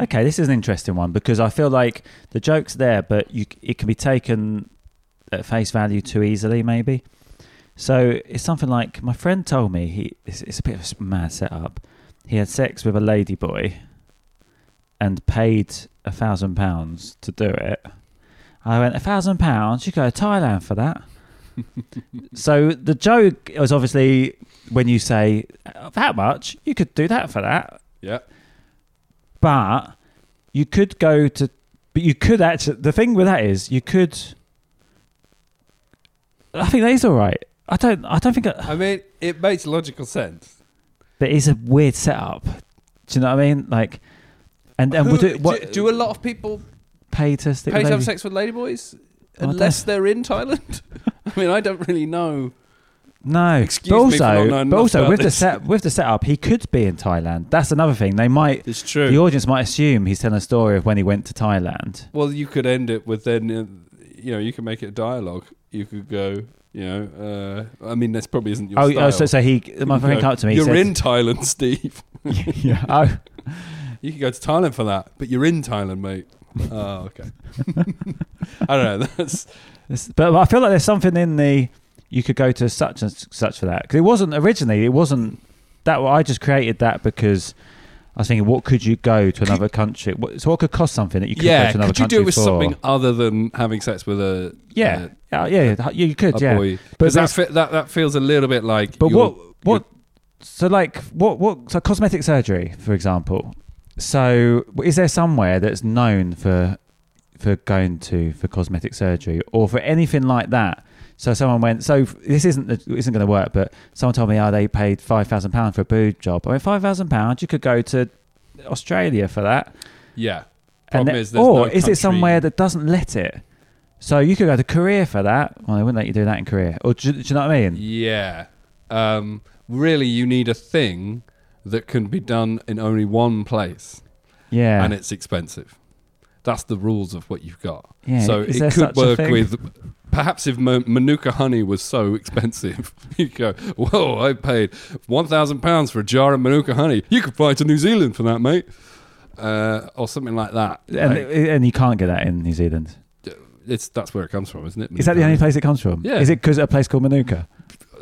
Speaker 1: Okay, this is an interesting one because I feel like the joke's there, but you, it can be taken at face value too easily, maybe. So it's something like my friend told me he. It's, it's a bit of a mad setup. He had sex with a ladyboy and paid a thousand pounds to do it. I went a thousand pounds. You go to Thailand for that. so the joke was obviously when you say "Uh, that much, you could do that for that
Speaker 3: Yeah.
Speaker 1: but you could go to but you could actually the thing with that is you could i think that is all right i don't i don't think I,
Speaker 3: I mean, it makes logical sense.
Speaker 1: but it's a weird setup do you know what i mean like and and
Speaker 3: Who-
Speaker 1: would it what
Speaker 3: do, do a lot of people
Speaker 1: pay to stick
Speaker 3: pay
Speaker 1: with
Speaker 3: to have
Speaker 1: lady- Oh,
Speaker 3: sex with ladyboys
Speaker 1: I don't-
Speaker 3: unless they're in Thailand? *laughs* I mean, I don't
Speaker 1: *laughs*
Speaker 3: really know.
Speaker 1: no
Speaker 3: Excuse
Speaker 1: but
Speaker 3: me
Speaker 1: also
Speaker 3: for not knowing
Speaker 1: but
Speaker 3: much
Speaker 1: also
Speaker 3: about
Speaker 1: with the
Speaker 3: this.
Speaker 1: set with the setup he could be in thailand that's another thing they might
Speaker 3: It's
Speaker 1: the audience might assume he's telling a story of when he went to thailand
Speaker 3: Well, you could end it with then, uh, you know, you could make it a dialogue. You could go, you know, uh, I mean, this probably isn't your
Speaker 1: oh,
Speaker 3: style.
Speaker 1: oh so, so he my friend
Speaker 3: You go,
Speaker 1: came up to me he
Speaker 3: You're
Speaker 1: said, *laughs*
Speaker 3: in *laughs* Thailand, Steve.
Speaker 1: yeah, oh
Speaker 3: You could go to Thailand for that, but you're in
Speaker 1: *laughs*
Speaker 3: Thailand, mate. oh, okay. *laughs* I don't know. That's
Speaker 1: This, but I feel like there's something in the you could go to such and such for that because it wasn't originally it wasn't that I just created that because I was thinking what could you go to another country what, so what could cost something that you could go
Speaker 3: yeah.
Speaker 1: to another
Speaker 3: Could you
Speaker 1: country
Speaker 3: do it with
Speaker 1: for?
Speaker 3: something other than having sex with a
Speaker 1: yeah yeah yeah you
Speaker 3: uh,
Speaker 1: could
Speaker 3: a
Speaker 1: yeah
Speaker 3: boy?
Speaker 1: but
Speaker 3: Because that,
Speaker 1: that's-
Speaker 3: fe- that that feels a little bit like.
Speaker 1: but
Speaker 3: you're-
Speaker 1: what what so like what what so cosmetic surgery for example so is there somewhere that's known for for going to for cosmetic surgery or for anything like that so someone went so f- this isn't the, isn't going to work but someone told me oh they paid 5000 pound for a boob job i mean 5000 pound you could go to australia for that
Speaker 3: Yeah.
Speaker 1: and
Speaker 3: Problem
Speaker 1: the-
Speaker 3: is there's
Speaker 1: or
Speaker 3: no
Speaker 1: is
Speaker 3: country-
Speaker 1: it somewhere that doesn't let it so you could go to korea for that well they wouldn't let you do that in korea or do, do you know what i mean
Speaker 3: Yeah. Um, really, you need a thing that can be done in only one place,
Speaker 1: yeah
Speaker 3: and it's expensive. That's the rules of what you've got.
Speaker 1: Yeah,
Speaker 3: so
Speaker 1: is
Speaker 3: it
Speaker 1: there
Speaker 3: could
Speaker 1: such a
Speaker 3: work
Speaker 1: thing?
Speaker 3: with. Perhaps if Ma- Manuka honey was so expensive, *laughs* you go, whoa, I paid £1,000 for a jar of Manuka honey. You could fly to New Zealand for that, mate. Uh, or something like that.
Speaker 1: and, uh,
Speaker 3: Like,
Speaker 1: and you can't get that in New Zealand.
Speaker 3: it's, that's where it comes from, isn't it?
Speaker 1: Is that the only
Speaker 3: Manuka honey?
Speaker 1: place it comes from?
Speaker 3: Yeah.
Speaker 1: Is it because a place called Manuka?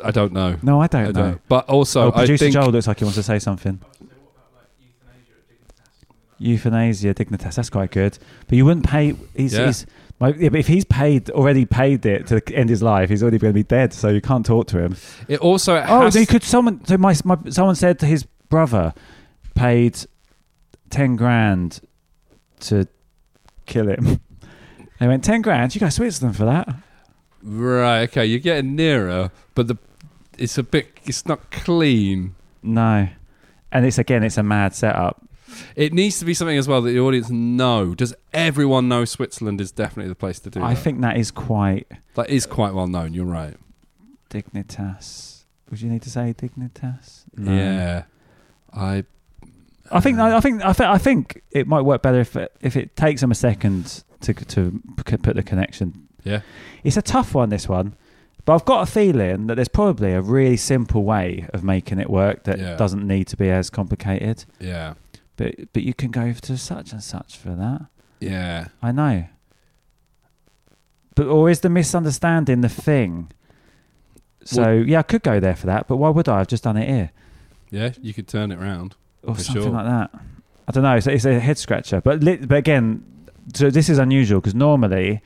Speaker 3: I don't know.
Speaker 1: No, I don't,
Speaker 3: I don't
Speaker 1: know.
Speaker 3: know. But also,
Speaker 1: oh,
Speaker 3: I
Speaker 1: producer
Speaker 3: think
Speaker 1: Joel looks like he wants to say something. Euthanasia dignitas. That's quite good. But you wouldn't pay. He's,
Speaker 3: Yeah.
Speaker 1: he's, My, yeah, but if he's paid already paid it to end his life, he's already going to be dead. So you can't talk to him.
Speaker 3: It also it
Speaker 1: Oh,
Speaker 3: has
Speaker 1: they could someone. So my, my someone said his brother paid ten grand to kill him. *laughs* They went ten grand. You go to Switzerland for that.
Speaker 3: right. Okay, you're getting nearer, but the it's a bit. It's not clean.
Speaker 1: No, and it's again, it's a mad setup.
Speaker 3: It needs to be something as well that the audience know. Does everyone know Switzerland is definitely the place to do?
Speaker 1: I
Speaker 3: that?
Speaker 1: think that is quite
Speaker 3: that is quite well known. You're right.
Speaker 1: dignitas. Would you need to say dignitas? No.
Speaker 3: Yeah, I
Speaker 1: I think I think I think I think it might work better if it, if it takes them a second to to c- put the connection.
Speaker 3: Yeah.
Speaker 1: it's a tough one this one, but I've got a feeling that there's probably a really simple way of making it work that
Speaker 3: Yeah.
Speaker 1: doesn't need to be as complicated.
Speaker 3: yeah
Speaker 1: But but you can go to such and such for that.
Speaker 3: yeah.
Speaker 1: I know. But or is the misunderstanding the thing? So
Speaker 3: Well-
Speaker 1: yeah, I could go there for that, but why would I? I've just done it here.
Speaker 3: Yeah, you could turn it round.
Speaker 1: or
Speaker 3: For
Speaker 1: Oh, something
Speaker 3: sure.
Speaker 1: like that. I don't know. It's, it's a head scratcher, but li- but again, so this is unusual because normally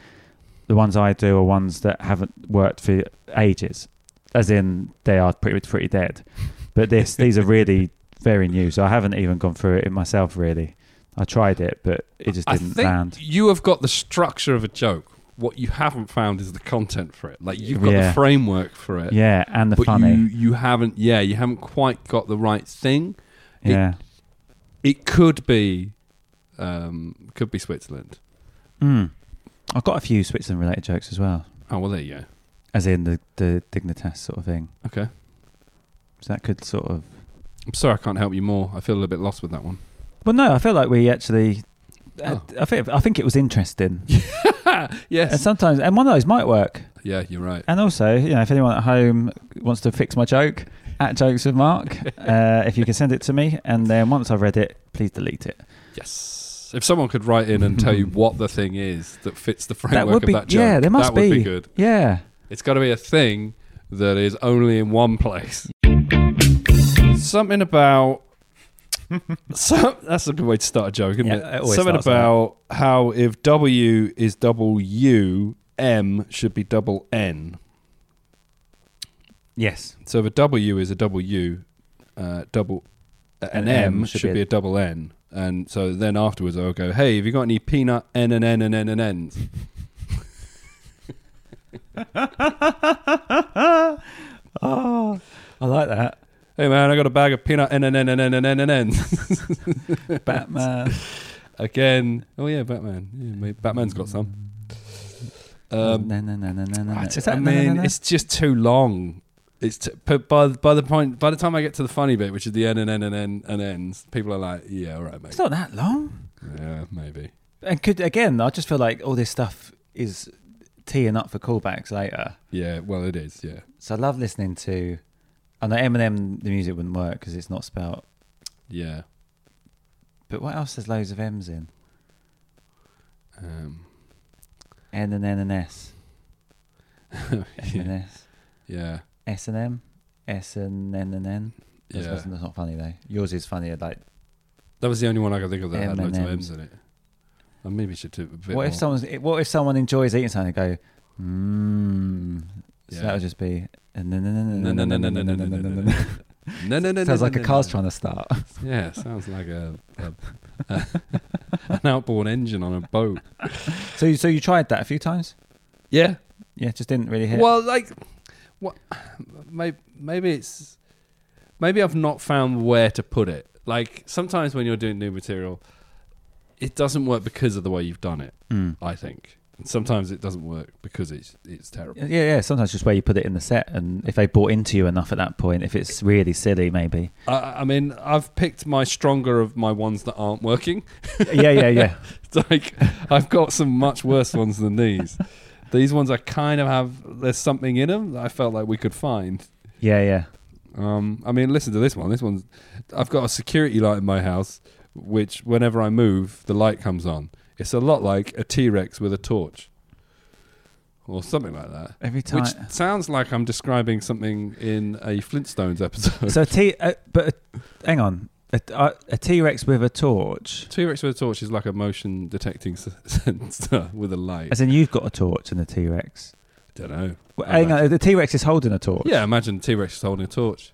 Speaker 1: the ones I do are ones that haven't worked for ages, as in they are pretty pretty dead. But this these are really
Speaker 3: *laughs*
Speaker 1: very new, so I haven't even gone through it myself. Really, I tried it, but it just
Speaker 3: I
Speaker 1: didn't
Speaker 3: think
Speaker 1: land.
Speaker 3: you have got the structure of a joke. What you haven't found is the content for it. Like you've got
Speaker 1: Yeah.
Speaker 3: the framework for it.
Speaker 1: Yeah, and the
Speaker 3: but
Speaker 1: funny.
Speaker 3: you you haven't yeah you haven't quite got the right thing it-
Speaker 1: yeah.
Speaker 3: it could be um could be switzerland
Speaker 1: Mm. I've got a few Switzerland related jokes as well,
Speaker 3: oh well there you go
Speaker 1: as in the the dignitas sort of thing.
Speaker 3: okay
Speaker 1: So that could sort of
Speaker 3: i'm sorry i can't help you more i feel a little bit lost with that one
Speaker 1: Well, no, I feel like we actually. I-
Speaker 3: Oh.
Speaker 1: I think I think it was interesting, and
Speaker 3: yes
Speaker 1: sometimes and one of those might work.
Speaker 3: *laughs* yeah you're right
Speaker 1: And also, you know, if anyone at home wants to fix my joke at jokes with
Speaker 3: *laughs*
Speaker 1: Mark, uh, if you can send it to me, and then once I've read it, please delete it.
Speaker 3: yes if someone could write in and tell you what the thing is that fits the framework
Speaker 1: would be-
Speaker 3: of that joke
Speaker 1: yeah, there must
Speaker 3: that would
Speaker 1: be.
Speaker 3: be good
Speaker 1: Yeah,
Speaker 3: It's got to be a thing that is only in one place. Something about. *laughs* so, that's a good way to start a joke, isn't
Speaker 1: Yeah, it
Speaker 3: it?
Speaker 1: always
Speaker 3: Something
Speaker 1: starts like
Speaker 3: about how if W is double U, M should be double N.
Speaker 1: yes,
Speaker 3: So if a W is a double U, uh, double an, M, should, be a double N. And so then afterwards I'll go, hey, have you got any peanut N and N and N and N's?
Speaker 1: *laughs* oh, I like
Speaker 3: *laughs*
Speaker 1: that
Speaker 3: Hey man, I got a bag of peanut N and N and N and N and N's. *laughs*
Speaker 1: Batman.
Speaker 3: Again. Oh yeah, Batman. Yeah, mate, Batman's got some. Um,
Speaker 1: no, no, no, no, no, no.
Speaker 3: I,
Speaker 1: Is
Speaker 3: just,
Speaker 1: that-
Speaker 3: I
Speaker 1: no, no, no,
Speaker 3: mean,
Speaker 1: no?
Speaker 3: it's just too long. It's t- but by by the point by the time I get to the funny bit, which is the N and N and N and ends, people are like, yeah, all right, mate.
Speaker 1: it's not that long.
Speaker 3: Yeah, maybe.
Speaker 1: And could again, I just feel like all this stuff is teeing up for callbacks later.
Speaker 3: Yeah, well, it is. Yeah,
Speaker 1: So I love listening to. I know Eminem, the music wouldn't work because it's not spelt.
Speaker 3: yeah.
Speaker 1: But what else? There's loads of M's in
Speaker 3: Um,
Speaker 1: N and N and S, N and
Speaker 3: yeah,
Speaker 1: S,
Speaker 3: yeah,
Speaker 1: S and M, S and N and N. That's,
Speaker 3: yeah.
Speaker 1: that's not funny though. Yours is funnier. Like,
Speaker 3: That was the only one I could think of that had loads of
Speaker 1: M&Ms.
Speaker 3: M's in it. I maybe should do a bit
Speaker 1: what
Speaker 3: more.
Speaker 1: if someone's? What if someone enjoys eating something? and Go, mmm. So
Speaker 3: Yeah.
Speaker 1: that would just be.
Speaker 3: No, no, no, no, no, no, no, no,
Speaker 1: *laughs*
Speaker 3: no, no. No, no, no,
Speaker 1: Sounds
Speaker 3: no,
Speaker 1: like a
Speaker 3: no,
Speaker 1: car's
Speaker 3: no.
Speaker 1: trying to start.
Speaker 3: Yeah, sounds like a, a, a *laughs* an outboard engine on a boat.
Speaker 1: So, you- so you tried that a few times?
Speaker 3: Yeah.
Speaker 1: Yeah, just didn't really hit.
Speaker 3: Well, like, what? Maybe, maybe it's maybe I've not found where to put it. Like sometimes when you're doing new material, it doesn't work because of the way you've done it.
Speaker 1: Mm.
Speaker 3: I think, and sometimes it doesn't work because it's it's terrible.
Speaker 1: Yeah, yeah. Sometimes just where you put it in the set, and if they bought into you enough at that point, if it's really silly, maybe.
Speaker 3: *laughs* I, I mean, I've picked my stronger of my ones that aren't working. *laughs*
Speaker 1: yeah, yeah, yeah.
Speaker 3: It's like I've got some much worse ones than these. These ones I kind of have. There's something in them that I felt like we could find.
Speaker 1: Yeah, yeah.
Speaker 3: Um, I mean, listen to this one. This one's. I've got a security light in my house, which whenever I move, the light comes on. It's a lot like a T Rex with a torch, or something like that.
Speaker 1: Every time.
Speaker 3: Which sounds like I'm describing something in a Flintstones episode.
Speaker 1: so a T, uh, but uh, hang on. a, a, a T Rex with a torch.
Speaker 3: T Rex with a torch is like a motion detecting s- *laughs* sensor with a light.
Speaker 1: As in, you've got a torch and a T Rex.
Speaker 3: don't know.
Speaker 1: Well,
Speaker 3: I
Speaker 1: hang on, the T Rex is holding a torch.
Speaker 3: Yeah, imagine T Rex is holding a torch.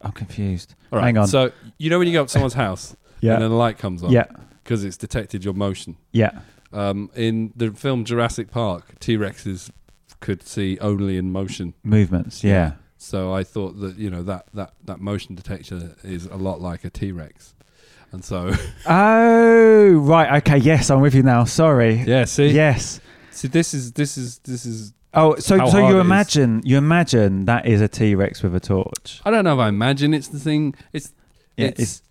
Speaker 1: I'm confused.
Speaker 3: All right,
Speaker 1: Hang on.
Speaker 3: So you know when you go up to someone's house and then the light comes
Speaker 1: *laughs*
Speaker 3: on
Speaker 1: yeah,
Speaker 3: because it's detected your motion.
Speaker 1: yeah.
Speaker 3: Um, in the film Jurassic Park, T Rexes could see only in motion.
Speaker 1: Movements. Yeah.
Speaker 3: So I thought that you know that that that motion detector is a lot like a T Rex, and so *laughs*
Speaker 1: Oh, right. Okay. Yes, I'm with you now. Sorry.
Speaker 3: yeah. See,
Speaker 1: Yes.
Speaker 3: See, this is this is this is.
Speaker 1: Oh, so
Speaker 3: How
Speaker 1: so
Speaker 3: hard it
Speaker 1: you
Speaker 3: is.
Speaker 1: imagine you imagine that is a T Rex with a torch.
Speaker 3: I don't know if I imagine it's the thing. It's
Speaker 1: Yeah,
Speaker 3: it's.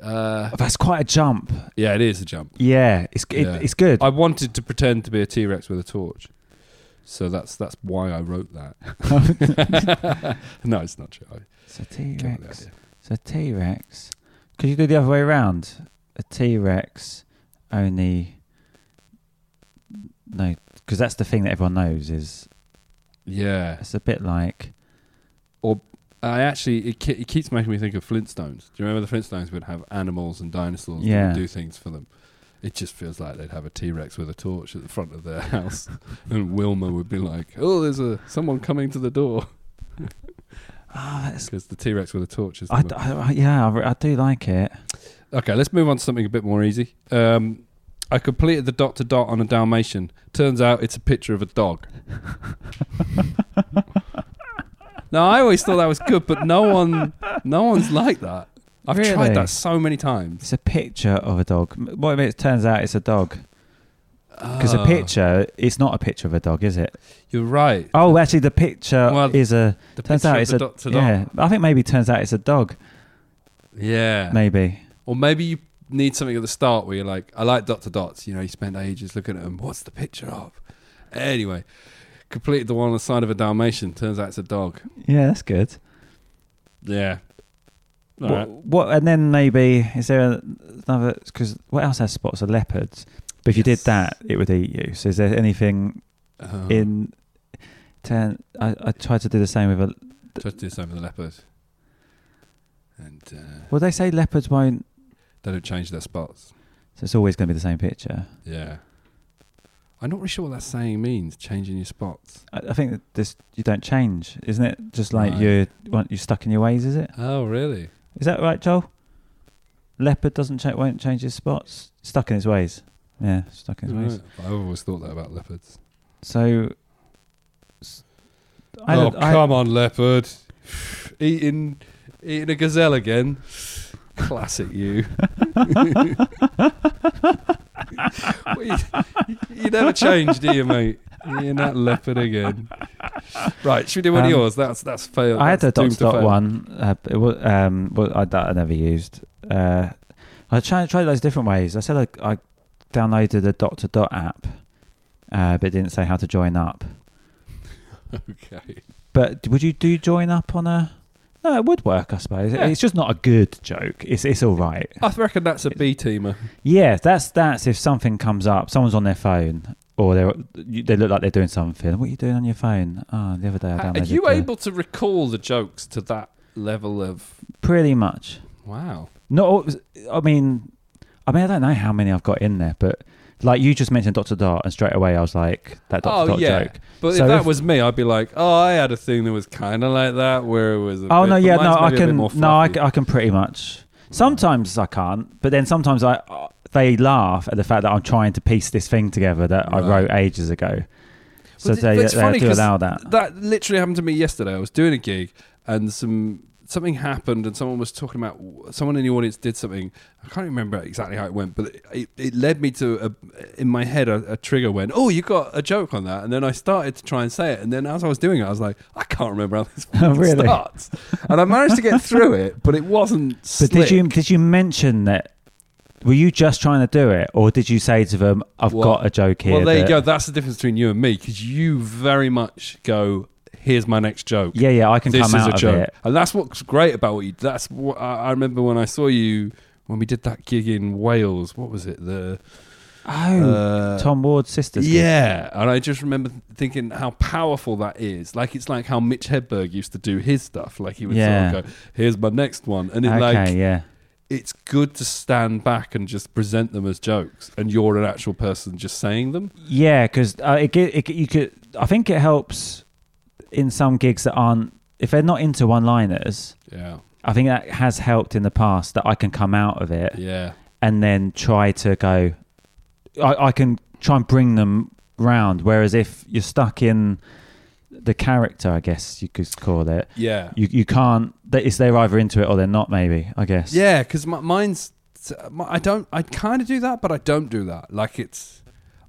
Speaker 3: uh,
Speaker 1: That's quite a jump.
Speaker 3: yeah, it is a jump.
Speaker 1: Yeah, it's it,
Speaker 3: Yeah.
Speaker 1: it's good.
Speaker 3: I wanted to pretend to be a T Rex with a torch, so that's that's why I wrote that. *laughs* no, it's not true. I
Speaker 1: It's a T
Speaker 3: came up with the
Speaker 1: Rex.
Speaker 3: idea.
Speaker 1: It's a T Rex. Could you do the other way around? A T Rex only. No, because that's the thing that everyone knows is
Speaker 3: Yeah,
Speaker 1: it's a bit like
Speaker 3: I actually it, ke- it keeps making me think of Flintstones. Do you remember the Flintstones would have animals and dinosaurs that
Speaker 1: Yeah.
Speaker 3: would do things for them? It just feels like they'd have a T Rex with a torch at the front of their house, *laughs* and Wilma would be like, "Oh, there's a someone coming to the door,"
Speaker 1: oh,
Speaker 3: *laughs*
Speaker 1: that's
Speaker 3: because the T Rex with a torch is. The
Speaker 1: I,
Speaker 3: mo-
Speaker 1: I, I- yeah I, re- I do like it.
Speaker 3: okay, let's move on to something a bit more easy. Um, I completed the dot to dot on a Dalmatian. Turns out it's a picture of
Speaker 1: *laughs*
Speaker 3: a dog. now I always thought that was good, but no one, no one's like that. I've
Speaker 1: Really?
Speaker 3: tried that so many times.
Speaker 1: It's a picture of a dog. M- What if it turns out it's a dog? Because
Speaker 3: Ah,
Speaker 1: a picture, it's not a picture of a dog, is it?
Speaker 3: You're right.
Speaker 1: Oh, actually, the picture
Speaker 3: Well,
Speaker 1: is a.
Speaker 3: The
Speaker 1: Turns
Speaker 3: picture
Speaker 1: out
Speaker 3: of
Speaker 1: it's
Speaker 3: the
Speaker 1: a.
Speaker 3: dot to dot.
Speaker 1: yeah, I think maybe turns out it's a dog.
Speaker 3: Yeah.
Speaker 1: Maybe.
Speaker 3: Or maybe you need something at the start where you're like, I like dot to dots. You know, you spend ages looking at them. What's the picture of? Anyway, completed the one on the side of a Dalmatian. Turns out it's a dog.
Speaker 1: Yeah, that's good.
Speaker 3: Yeah. All
Speaker 1: What,
Speaker 3: right.
Speaker 1: what and then maybe is there another because what else has spots are leopards? But if you did
Speaker 3: Yes.
Speaker 1: that, it would eat you. So is there anything
Speaker 3: Um,
Speaker 1: in turn? I, I tried to do the same with a.
Speaker 3: tried to do the same with the leopard. And uh,
Speaker 1: Well, they say leopards won't.
Speaker 3: they don't change their spots.
Speaker 1: So it's always going to be the same picture.
Speaker 3: Yeah. I'm not really sure what that saying means, changing your spots.
Speaker 1: I, I think that this you don't change, isn't it? Just like
Speaker 3: No.
Speaker 1: you're what, you're stuck in your ways, is it?
Speaker 3: Oh, really?
Speaker 1: Is that right, Joel? Leopard doesn't cha- won't change his spots. Stuck in his ways. Yeah, stuck in his ways.
Speaker 3: I've always thought that about leopards.
Speaker 1: So. s- I
Speaker 3: oh,
Speaker 1: don't- I-
Speaker 3: come on, leopard. *sighs* eating, eating a gazelle again. Classic you. *laughs* Well, you, you never change, do you, mate? You're not leopard again. Right, should we do one
Speaker 1: Um,
Speaker 3: of yours? That's that's failed.
Speaker 1: I had the
Speaker 3: That's
Speaker 1: dot
Speaker 3: doomed
Speaker 1: to
Speaker 3: to
Speaker 1: dot
Speaker 3: fail.
Speaker 1: one. Uh, it was, um, well, I, that I never used. Uh, I tried tried those different ways. I said I, I downloaded the dot to dot app, uh, but it didn't say how to join up.
Speaker 3: Okay.
Speaker 1: But would you do join up on a? No, it would work, I suppose.
Speaker 3: Yeah.
Speaker 1: It's just not a good joke. It's it's all right.
Speaker 3: I reckon that's a B teamer.
Speaker 1: Yeah, that's that's if something comes up, someone's on their phone or they are they look like they're doing something. What are you doing on your phone? Oh, the other day I
Speaker 3: Uh, Are
Speaker 1: downloaded.
Speaker 3: you
Speaker 1: the-
Speaker 3: able to recall the jokes to that level of
Speaker 1: Pretty much.
Speaker 3: wow?
Speaker 1: No, it was- I mean, I mean, I don't know how many I've got in there, but like you just mentioned Doctor Dart, and straight away I was like that Doctor
Speaker 3: oh
Speaker 1: Dart
Speaker 3: yeah,
Speaker 1: joke.
Speaker 3: but
Speaker 1: So
Speaker 3: if that
Speaker 1: if-
Speaker 3: was me, I'd be like, oh, I had a thing that was kind of like that, where it was. A
Speaker 1: Oh
Speaker 3: bit-
Speaker 1: no,
Speaker 3: but
Speaker 1: yeah, no,
Speaker 3: mine's
Speaker 1: I
Speaker 3: maybe a bit
Speaker 1: can,
Speaker 3: more
Speaker 1: no, I,
Speaker 3: fluffy.
Speaker 1: c- I can pretty much. Sometimes I can't, but then sometimes I uh, they laugh at the fact that I'm trying to piece this thing together that I
Speaker 3: Right.
Speaker 1: wrote ages ago. So
Speaker 3: Well,
Speaker 1: they,
Speaker 3: it's
Speaker 1: they
Speaker 3: funny
Speaker 1: do
Speaker 3: 'cause
Speaker 1: allow that.
Speaker 3: That literally happened to me yesterday. I was doing a gig and some something happened and someone was talking about someone in the audience did something. I can't remember exactly how it went, but it, it led me to a, in my head a, a trigger went, "Oh, you got a joke on that," and then I started to try and say it, and then as I was doing it, I was like, "I can't remember how this
Speaker 1: *laughs* Oh, really?
Speaker 3: starts," and I managed to get through it, but it wasn't.
Speaker 1: But did you
Speaker 3: slick.
Speaker 1: did you mention that? Were you just trying to do it, or did you say to them, "I've
Speaker 3: Well-
Speaker 1: got a joke here"?
Speaker 3: Well, there you
Speaker 1: that-
Speaker 3: go. That's the difference between you and me because you very much go, "Here's my next joke."
Speaker 1: Yeah, yeah, I can
Speaker 3: this
Speaker 1: come
Speaker 3: is
Speaker 1: out
Speaker 3: a
Speaker 1: of
Speaker 3: joke.
Speaker 1: it.
Speaker 3: And that's what's great about what you. That's what I, I remember when I saw you when we did that gig in Wales. What was it? The
Speaker 1: Oh,
Speaker 3: Uh,
Speaker 1: Tom Ward's sister's kid.
Speaker 3: Yeah, and I just remember th- thinking how powerful that is. Like it's like how Mitch Hedberg used to do his stuff. Like he would
Speaker 1: Yeah.
Speaker 3: sort of go, "Here's my next one," and it
Speaker 1: Okay,
Speaker 3: like
Speaker 1: yeah.
Speaker 3: it's good to stand back and just present them as jokes, and you're an actual person just saying them.
Speaker 1: Yeah, because uh, it, gi- it gi- you could. I think it helps in some gigs that aren't if they're not into one-liners.
Speaker 3: Yeah,
Speaker 1: I think that has helped in the past that I can come out of it
Speaker 3: yeah,
Speaker 1: and then try to go. I, I can try and bring them round. Whereas if you're stuck in the character, I guess you could call it.
Speaker 3: yeah,
Speaker 1: You you can't. That it's they're either into it or they're not. Maybe I guess.
Speaker 3: yeah. Because my, mine's my, I don't I kind of do that, but I don't do that. Like it's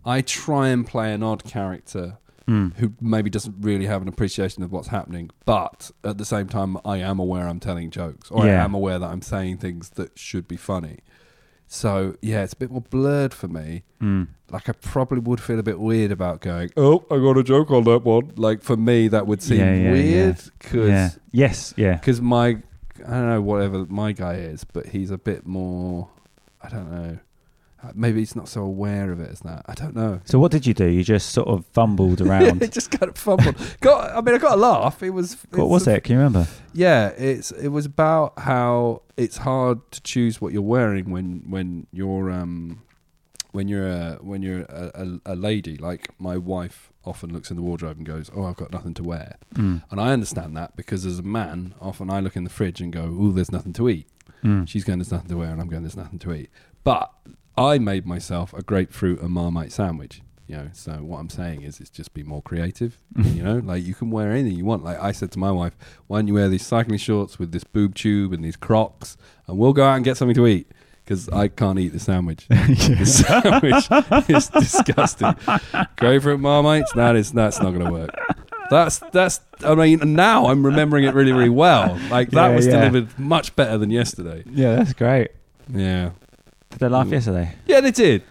Speaker 3: I try and play an odd character.
Speaker 1: Mm.
Speaker 3: who maybe doesn't really have an appreciation of what's happening, but at the same time, I am aware I'm telling jokes, or
Speaker 1: Yeah.
Speaker 3: I am aware that I'm saying things that should be funny. So yeah, it's a bit more blurred for me.
Speaker 1: Mm.
Speaker 3: Like I probably would feel a bit weird about going, oh, I got a joke on that one. Like for me, that would seem
Speaker 1: Yeah, yeah,
Speaker 3: weird because
Speaker 1: Yeah. Yes. Yeah.
Speaker 3: because my I don't know whatever my guy is, but he's a bit more. I don't know. Uh, Maybe he's not so aware of it as that. I don't know.
Speaker 1: So what did you do? You just sort of fumbled around.
Speaker 3: *laughs* it just kind of fumbled. got, I mean, I got a laugh. It was.
Speaker 1: what was it? Can you remember?
Speaker 3: Yeah, it's it was about how it's hard to choose what you're wearing when when you're um when you're a, when you're a, a, a lady. Like my wife often looks in the wardrobe and goes, "Oh, I've got nothing to wear,"
Speaker 1: Mm.
Speaker 3: and I understand that because as a man, often I look in the fridge and go, "Oh, there's nothing to eat."
Speaker 1: Mm.
Speaker 3: She's going, "There's nothing to wear," and I'm going, "There's nothing to eat." But I made myself a grapefruit and marmite sandwich. You know, so what I'm saying is, it's just be more creative.
Speaker 1: Mm.
Speaker 3: you know, like you can wear anything you want. Like I said to my wife, "Why don't you wear these cycling shorts with this boob tube and these Crocs, and we'll go out and get something to eat." Because I can't eat
Speaker 1: *laughs*
Speaker 3: the sandwich. the sandwich is *laughs* disgusting. Grapefruit marmites. That is. That's not going to work. That's that's. I mean, now I'm remembering it really, really well. Like that
Speaker 1: Yeah,
Speaker 3: was
Speaker 1: yeah.
Speaker 3: delivered much better than yesterday.
Speaker 1: Yeah, that's great.
Speaker 3: Yeah.
Speaker 1: Did they laugh
Speaker 3: *laughs*
Speaker 1: yesterday?
Speaker 3: Yeah, they did.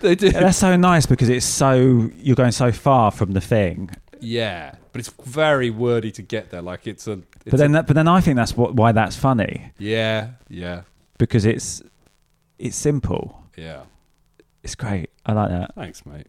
Speaker 3: They did.
Speaker 1: Yeah, that's so nice because it's so you're going so far from the thing.
Speaker 3: *laughs* Yeah, but it's very wordy to get there. Like it's a. It's
Speaker 1: But then, that, but then I think that's what, why that's funny
Speaker 3: yeah, yeah,
Speaker 1: because it's it's simple.
Speaker 3: yeah.
Speaker 1: It's great. I like that.
Speaker 3: Thanks, mate.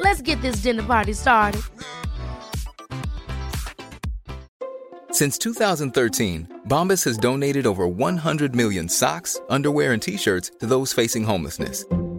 Speaker 4: Let's get this dinner party started.
Speaker 5: Since 2013, Bombas has donated over 100 million socks, underwear, and t shirts to those facing homelessness.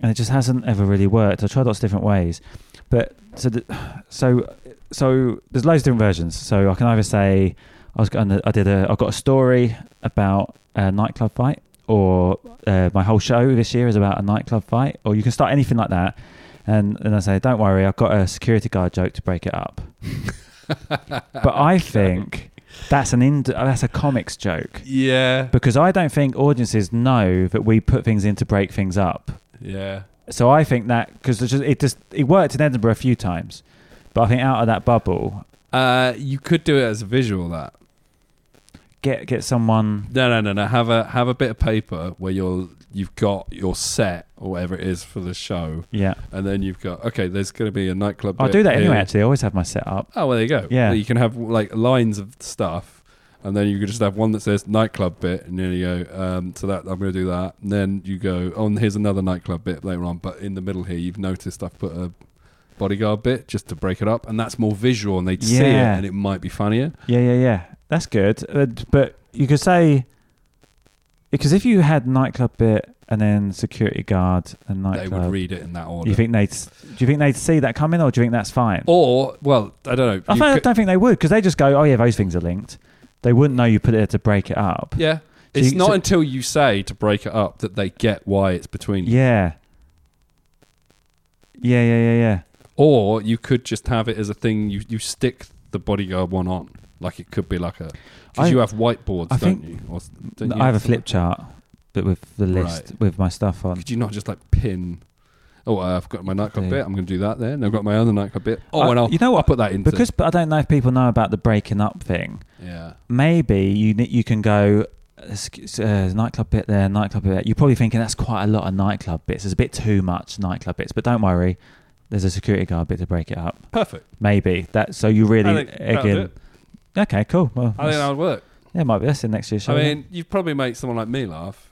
Speaker 1: and it just hasn't ever really worked. I tried lots of different ways, but so the, so so there's loads of different versions. So I can either say I was gonna, I did a I got a story about a nightclub fight, or uh, my whole show this year is about a nightclub fight, or you can start anything like that. And and I say, don't worry, I've got a security guard joke to break it up. but I think that's an ind- that's a comics joke
Speaker 3: Yeah,
Speaker 1: because I don't think audiences know that we put things in to break things up.
Speaker 3: yeah,
Speaker 1: So I think that because it just it worked in Edinburgh a few times, but I think out of that bubble,
Speaker 3: uh, you could do it as a visual. That
Speaker 1: get get someone.
Speaker 3: no, no, no, no. Have a have a bit of paper where you're you've got your set or whatever it is for the show,
Speaker 1: Yeah.
Speaker 3: and then you've got okay, there's going to be a nightclub.
Speaker 1: I
Speaker 3: bit
Speaker 1: do that anyway,
Speaker 3: here.
Speaker 1: actually. I always have my set up.
Speaker 3: Oh, well, there you go.
Speaker 1: Yeah.
Speaker 3: you can have like lines of stuff, and then you could just have one that says nightclub bit, and then you go, um, so that I'm going to do that. And then you go, oh, and here's another nightclub bit later on. But in the middle here, you've noticed I've put a bodyguard bit just to break it up, and that's more visual, and they'd see it,
Speaker 1: Yeah.
Speaker 3: and it might be funnier.
Speaker 1: Yeah, yeah, yeah. That's good. Uh, But you could say, because if you had nightclub bit and then security guard and
Speaker 3: they
Speaker 1: nightclub,
Speaker 3: would read it in that order.
Speaker 1: you think they'd s- do you think they'd see that coming, or do you think that's fine?
Speaker 3: or well, I don't know.
Speaker 1: I,
Speaker 3: You
Speaker 1: don't- I
Speaker 3: could-
Speaker 1: don't think they would because they just go, oh yeah, those things are linked. They wouldn't know you put it there to break it up.
Speaker 3: yeah.
Speaker 1: So
Speaker 3: It's
Speaker 1: you-
Speaker 3: not
Speaker 1: so-
Speaker 3: until you say to break it up that they get why it's between you.
Speaker 1: Yeah. Yeah, yeah, yeah, yeah.
Speaker 3: Or you could just have it as a thing you, you stick the bodyguard one on. Like it could be like a
Speaker 1: I-
Speaker 3: because you have whiteboards,
Speaker 1: I
Speaker 3: don't
Speaker 1: think-
Speaker 3: you? Or, s- don't you
Speaker 1: I have a flip chart, but with the list with my stuff on.
Speaker 3: Could you not just like pin? Oh, uh, I've got my nightclub
Speaker 1: Yeah.
Speaker 3: bit. I'm going to do that there. And I've got my other nightclub bit. Oh,
Speaker 1: I-
Speaker 3: and I'll
Speaker 1: you know what?
Speaker 3: I'll *laughs* put that in
Speaker 1: Because but I don't know if people know about the breaking up thing.
Speaker 3: yeah,
Speaker 1: maybe you ne- you can go uh, sc- uh, nightclub bit there, nightclub bit. There. You're probably thinking that's quite a lot of nightclub bits. There's a bit too much nightclub bits, but don't worry. There's a security guard bit to break it up.
Speaker 3: perfect.
Speaker 1: Maybe that. So you
Speaker 3: I
Speaker 1: really
Speaker 3: think that'll do
Speaker 1: again.
Speaker 3: it.
Speaker 1: Okay, cool. Well,
Speaker 3: I think
Speaker 1: that's-
Speaker 3: that would work.
Speaker 1: yeah, might be that's in next year's show.
Speaker 3: I
Speaker 1: yeah.
Speaker 3: mean, you'd probably make someone like me laugh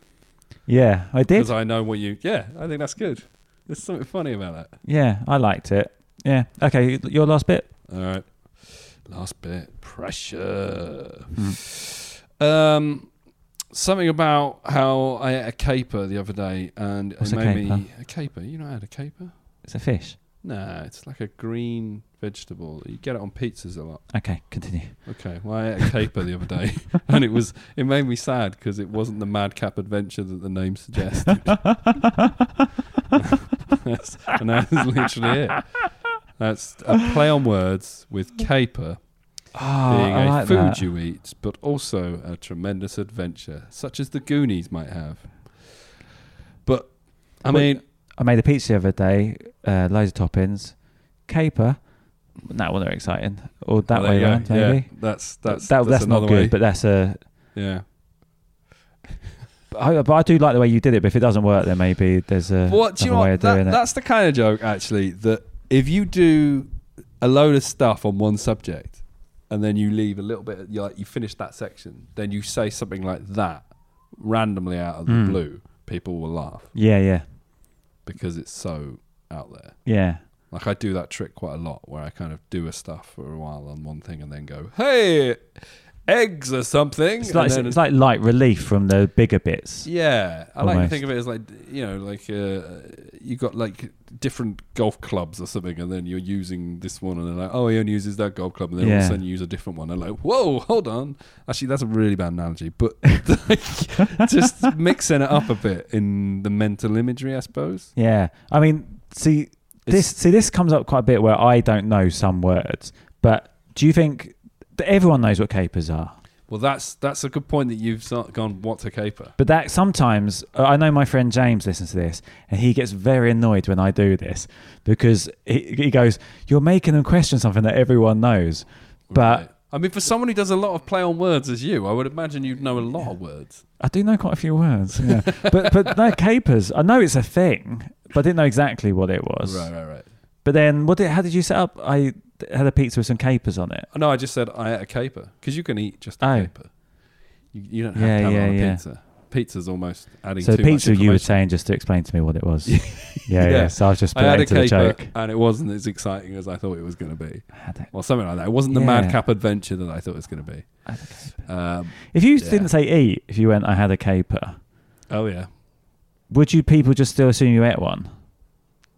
Speaker 1: yeah, I did.
Speaker 3: because I know what you. Yeah, I think that's good. There's something funny about that.
Speaker 1: yeah, I liked it. Yeah. Okay, your last bit.
Speaker 3: All right. Last bit. Pressure.
Speaker 1: Hmm.
Speaker 3: Um, something about how I ate a caper the other day, and
Speaker 1: What's
Speaker 3: it
Speaker 1: a
Speaker 3: made
Speaker 1: caper?
Speaker 3: me a caper. You know how to caper?
Speaker 1: It's a fish.
Speaker 3: Nah, it's like a green vegetable. You get it on pizzas a lot.
Speaker 1: Okay, continue.
Speaker 3: *laughs* Okay, well, I ate a caper the other day, *laughs* and it was it made me sad because it wasn't the madcap adventure that the
Speaker 1: *laughs*
Speaker 3: name suggested. That's- and that is literally it. That's a play on words with caper
Speaker 1: Oh,
Speaker 3: being
Speaker 1: I
Speaker 3: a
Speaker 1: like
Speaker 3: food
Speaker 1: that.
Speaker 3: you eat, but also a tremendous adventure, such as the Goonies might have. But I
Speaker 1: Well,
Speaker 3: mean,
Speaker 1: I made a pizza the other day, uh, loads of toppings, caper. That one are exciting, or that
Speaker 3: well, there
Speaker 1: way
Speaker 3: you go.
Speaker 1: around,
Speaker 3: Yeah,
Speaker 1: maybe.
Speaker 3: that's
Speaker 1: That-
Speaker 3: that's
Speaker 1: that-
Speaker 3: that's,
Speaker 1: not
Speaker 3: another
Speaker 1: good,
Speaker 3: way.
Speaker 1: but that's a.
Speaker 3: yeah.
Speaker 1: But I, but I do like the way you did it. But if it doesn't work, then maybe there's a
Speaker 3: What do you
Speaker 1: another
Speaker 3: know?
Speaker 1: way
Speaker 3: what?
Speaker 1: of
Speaker 3: That,
Speaker 1: doing it.
Speaker 3: that's the kind of joke actually that if you do a load of stuff on one subject and then you leave a little bit, you like you finish that section, then you say something like that randomly out of the
Speaker 1: Mm.
Speaker 3: blue, people will laugh
Speaker 1: Yeah, yeah,
Speaker 3: because it's so out there.
Speaker 1: yeah.
Speaker 3: Like I do that trick quite a lot, where I kind of do a stuff for a while on one thing and then go, "Hey, eggs or something."
Speaker 1: It's
Speaker 3: and
Speaker 1: like
Speaker 3: then
Speaker 1: it's like light relief from the bigger bits.
Speaker 3: yeah, I like to
Speaker 1: Almost.
Speaker 3: think of it as like you know, like uh, you got like different golf clubs or something, and then you're using this one, and they're like, "Oh, he only uses that golf club," and then all of a
Speaker 1: Yeah.
Speaker 3: sudden you use a different one. They're like, "Whoa, hold on!" Actually, that's a really bad
Speaker 1: *laughs*
Speaker 3: analogy, but *laughs* like, just mixing it up a bit in the mental imagery, I suppose.
Speaker 1: Yeah, I mean, see this.
Speaker 3: It's-
Speaker 1: See this comes up quite a bit where I don't know some words. But do you think that everyone knows what capers are?
Speaker 3: Well, that's that's a good point that you've sort of gone. What's a caper?
Speaker 1: But that sometimes uh, I know my friend James listens to this, and he gets very annoyed when I do this because he, he goes, "You're making them question something that everyone knows." But
Speaker 3: Right. I mean, for someone who does a lot of play on words as you, I would imagine you'd know a lot of words.
Speaker 1: I do know quite a few words. *laughs* Yeah, but but no capers. I know it's a thing, but I didn't know exactly what it was.
Speaker 3: right, right.
Speaker 1: But then, what did? How did you set up? I had a pizza with some capers on it.
Speaker 3: No, I just said I ate a caper because you can eat just a
Speaker 1: Oh.
Speaker 3: caper. You, you don't have
Speaker 1: Yeah,
Speaker 3: to have it
Speaker 1: yeah,
Speaker 3: on a
Speaker 1: yeah.
Speaker 3: pizza. Pizza's almost adding
Speaker 1: So
Speaker 3: too much
Speaker 1: pizza, you were
Speaker 3: information.
Speaker 1: saying just to explain to me what it was. yeah, yeah,
Speaker 3: *laughs* Yeah.
Speaker 1: So I was just
Speaker 3: I had
Speaker 1: playing
Speaker 3: a
Speaker 1: to the
Speaker 3: caper
Speaker 1: joke.
Speaker 3: and it wasn't as exciting as I thought it was going to be,
Speaker 1: I had it.
Speaker 3: or something like that. It wasn't the
Speaker 1: Yeah.
Speaker 3: madcap adventure that I thought it was going to be.
Speaker 1: I had a caper.
Speaker 3: Um,
Speaker 1: If you
Speaker 3: Yeah.
Speaker 1: didn't say eat, if you went, I had a caper.
Speaker 3: oh yeah,
Speaker 1: Would you people just still assume you ate one,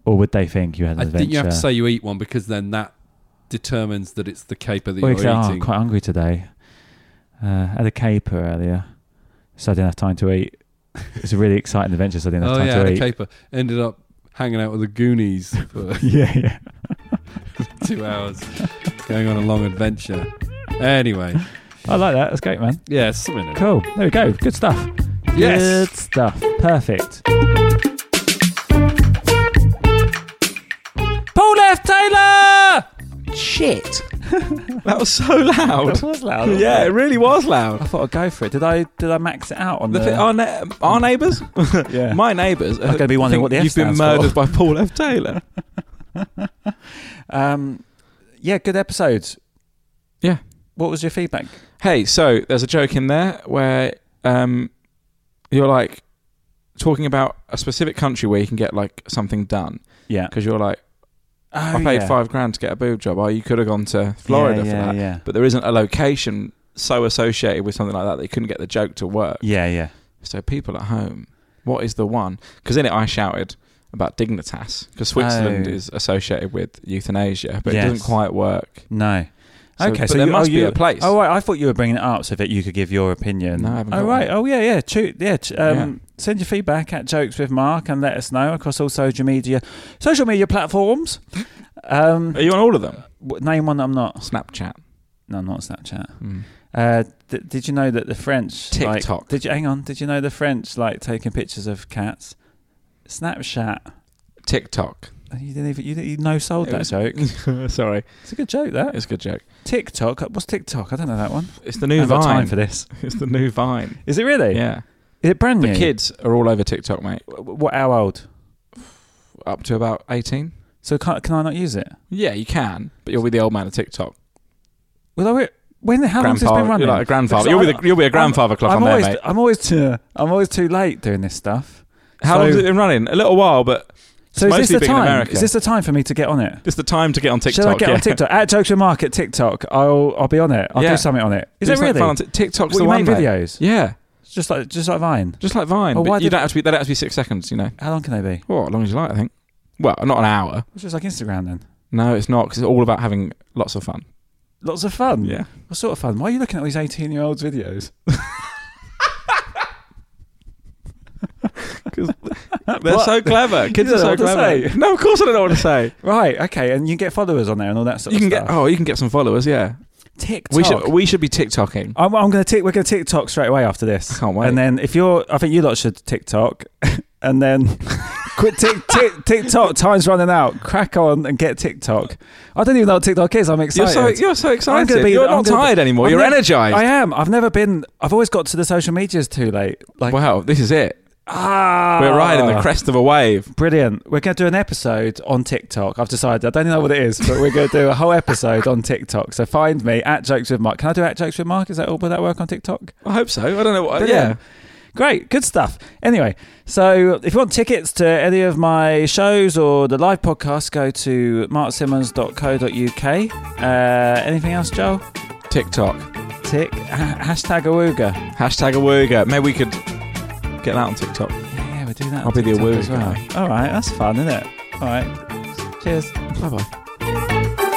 Speaker 1: or would they think you had an
Speaker 3: I
Speaker 1: adventure?
Speaker 3: think you have to say you eat one because then that determines that it's the caper that
Speaker 1: Or you could
Speaker 3: you're
Speaker 1: say, "Oh, I'm
Speaker 3: eating.
Speaker 1: quite hungry today. Uh, had a caper earlier, so I didn't have time to eat. It's a really exciting adventure, so I didn't have
Speaker 3: oh
Speaker 1: time
Speaker 3: yeah,
Speaker 1: to
Speaker 3: had a
Speaker 1: eat.
Speaker 3: caper. Ended up hanging out with the Goonies for
Speaker 1: *laughs* Yeah, yeah.
Speaker 3: *laughs* two hours, going on a long adventure. Anyway,
Speaker 1: I like that. That's great, man.
Speaker 3: yeah, something. in it.
Speaker 1: Cool. There we go. Good stuff.
Speaker 3: Yes.
Speaker 1: Good stuff. Perfect. Paul F. Taylor!
Speaker 6: Shit.
Speaker 2: That was so loud.
Speaker 1: That was loud. wasn't
Speaker 2: Oh. yeah, it
Speaker 1: it?
Speaker 2: really was loud.
Speaker 1: I thought I'd go for it. Did I? Did I max it out on
Speaker 2: The
Speaker 1: the?
Speaker 2: thi- our, ne- our neighbours,
Speaker 1: yeah.
Speaker 2: my neighbours, are
Speaker 1: I'm gonna be wondering
Speaker 2: think
Speaker 1: what the F
Speaker 2: you've been
Speaker 1: stands for.
Speaker 2: murdered by Paul F. Taylor.
Speaker 1: um, yeah, good episodes.
Speaker 2: Yeah.
Speaker 1: What was your feedback?
Speaker 2: Hey, so there's a joke in there where um, you're like talking about a specific country where you can get like something done
Speaker 1: Yeah.
Speaker 2: because you're like,
Speaker 1: Oh,
Speaker 2: I paid
Speaker 1: yeah.
Speaker 2: five grand to get a boob job. Oh, you could have gone to Florida
Speaker 1: yeah,
Speaker 2: for
Speaker 1: yeah,
Speaker 2: that,
Speaker 1: Yeah.
Speaker 2: but there isn't a location so associated with something like that that you couldn't get the joke to work.
Speaker 1: Yeah, yeah.
Speaker 2: So people at home, what is the one? Because in it I shouted about dignitas because Switzerland
Speaker 1: Oh.
Speaker 2: is associated with euthanasia, but
Speaker 1: Yes.
Speaker 2: it doesn't quite work.
Speaker 1: No.
Speaker 2: So-
Speaker 1: okay,
Speaker 2: but
Speaker 1: so
Speaker 2: there
Speaker 1: you,
Speaker 2: must
Speaker 1: oh,
Speaker 2: be
Speaker 1: you-
Speaker 2: a place.
Speaker 1: Oh, right, I thought you were bringing it up so that you could give your opinion.
Speaker 2: No, I haven't
Speaker 1: Oh,
Speaker 2: got
Speaker 1: right.
Speaker 2: one.
Speaker 1: Oh, yeah, yeah. Cho- yeah. ch- Um,
Speaker 2: Yeah.
Speaker 1: Send your feedback at Jokes with Mark and let us know across all social media, social media platforms. Um,
Speaker 2: Are you on all of them?
Speaker 1: w- name one that I'm not.
Speaker 2: Snapchat,
Speaker 1: No, not Snapchat.
Speaker 2: mm.
Speaker 1: Uh, th- did you know that the French like-
Speaker 2: TikTok.
Speaker 1: did you hang on? Did you know the French like taking pictures of cats? Snapchat.
Speaker 2: TikTok.
Speaker 1: You didn't even you, didn't, you no sold
Speaker 2: It
Speaker 1: that
Speaker 2: was-
Speaker 1: joke.
Speaker 2: *laughs* Sorry,
Speaker 1: It's a good joke that.
Speaker 2: it's a good joke.
Speaker 1: TikTok. What's TikTok? I don't know that one.
Speaker 2: It's the new
Speaker 1: I've got time
Speaker 2: Vine.
Speaker 1: for this.
Speaker 2: It's the new Vine.
Speaker 1: Is it really?
Speaker 2: Yeah,
Speaker 1: Is it brand
Speaker 2: the
Speaker 1: new?
Speaker 2: kids are all over TikTok, mate.
Speaker 1: W- w- What? How old?
Speaker 2: Up to about eighteen.
Speaker 1: So can, can I not use it?
Speaker 2: Yeah, you can, but you'll be the old man of TikTok.
Speaker 1: Well, I, wi- when how long has this been
Speaker 2: Grandfather,
Speaker 1: running?
Speaker 2: you're like a grandfather.
Speaker 1: Because
Speaker 2: You'll be
Speaker 1: I'm-
Speaker 2: the, you'll be a grandfather clock
Speaker 1: I'm
Speaker 2: on
Speaker 1: always,
Speaker 2: there, mate.
Speaker 1: I'm always too, I'm always too late doing this stuff.
Speaker 2: How long has it been running? A little while, but
Speaker 1: So
Speaker 2: It's
Speaker 1: is this
Speaker 2: mostly
Speaker 1: the
Speaker 2: been in
Speaker 1: time?
Speaker 2: America.
Speaker 1: Is this the time for me to get on it?
Speaker 2: it's the time to get on TikTok.
Speaker 1: Should I get
Speaker 2: yeah.
Speaker 1: on TikTok at Jokes with Mark at TikTok? I'll I'll be on it. I'll
Speaker 2: Yeah.
Speaker 1: do something on it. Is it
Speaker 2: Do something
Speaker 1: really?
Speaker 2: fun on Ti- TikTok's
Speaker 1: What,
Speaker 2: the
Speaker 1: you
Speaker 2: one.
Speaker 1: make
Speaker 2: mate.
Speaker 1: videos?
Speaker 2: Yeah,
Speaker 1: Just like just like Vine.
Speaker 2: just like Vine.
Speaker 1: Oh,
Speaker 2: but
Speaker 1: why
Speaker 2: you
Speaker 1: did-
Speaker 2: don't have to be. They don't have to be six seconds. You know,
Speaker 1: How long can they be?
Speaker 2: well, as long as you like, I think. Well, not an hour.
Speaker 1: It's just like Instagram then.
Speaker 2: No, it's not because it's all about having lots of fun.
Speaker 1: Lots of fun.
Speaker 2: Yeah.
Speaker 1: What sort of fun? Why are you looking at all these eighteen-year-olds'
Speaker 2: *laughs*
Speaker 1: videos? *laughs*
Speaker 2: They're
Speaker 1: What? *laughs*
Speaker 2: so clever. Kids
Speaker 1: You
Speaker 2: are
Speaker 1: don't
Speaker 2: so
Speaker 1: know what to
Speaker 2: clever. No, of course I don't know what to say.
Speaker 1: Right. Okay. And you get followers on there and all that sort
Speaker 2: *laughs* you
Speaker 1: of
Speaker 2: can
Speaker 1: stuff.
Speaker 2: get oh, you can get some followers. Yeah,
Speaker 1: TikTok.
Speaker 2: we should we should be TikToking.
Speaker 1: I'm, I'm going to tick. We're going to TikTok straight away after this.
Speaker 2: Can't wait.
Speaker 1: And then if you're, I think you lot should TikTok, *laughs* and then quit tick, tick, TikTok. Time's running out. Crack on and get TikTok. I don't even know what TikTok is. I'm
Speaker 2: You're
Speaker 1: excited.
Speaker 2: so you're so
Speaker 1: I'm
Speaker 2: excited.
Speaker 1: gonna be-
Speaker 2: you're
Speaker 1: I'm
Speaker 2: not
Speaker 1: gonna be-
Speaker 2: tired anymore.
Speaker 1: I'm
Speaker 2: you're
Speaker 1: never-
Speaker 2: energized.
Speaker 1: I am. I've never been. I've always got to the social medias too late. Like
Speaker 2: wow, this is it.
Speaker 1: ah,
Speaker 2: We're riding the crest of a wave.
Speaker 1: Brilliant. We're going to do an episode on TikTok. I've decided. I don't even know what it is, but we're going to do a whole episode on TikTok. So find me at jokes with Mark. Can I do at jokes with Mark? Is that all? Will that work on TikTok?
Speaker 2: I hope so. I don't know what.
Speaker 1: Brilliant.
Speaker 2: Yeah,
Speaker 1: Great, good stuff. Anyway, so if you want tickets to any of my shows or the live podcast, go to marksimmons.co.uk. Uh, anything else, Joel?
Speaker 2: TikTok.
Speaker 1: Tick. Ha- hashtag Awooga. Yeah,
Speaker 2: Hashtag Awooga. Maybe we could get that on TikTok.
Speaker 1: yeah, we'll do that. on
Speaker 2: I'll be the
Speaker 1: TikTok as
Speaker 2: Awooga
Speaker 1: well. All right, that's fun, isn't it? All right. Cheers.
Speaker 2: Bye bye.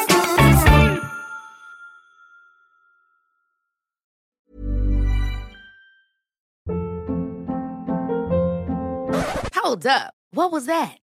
Speaker 4: Hold up. What was that?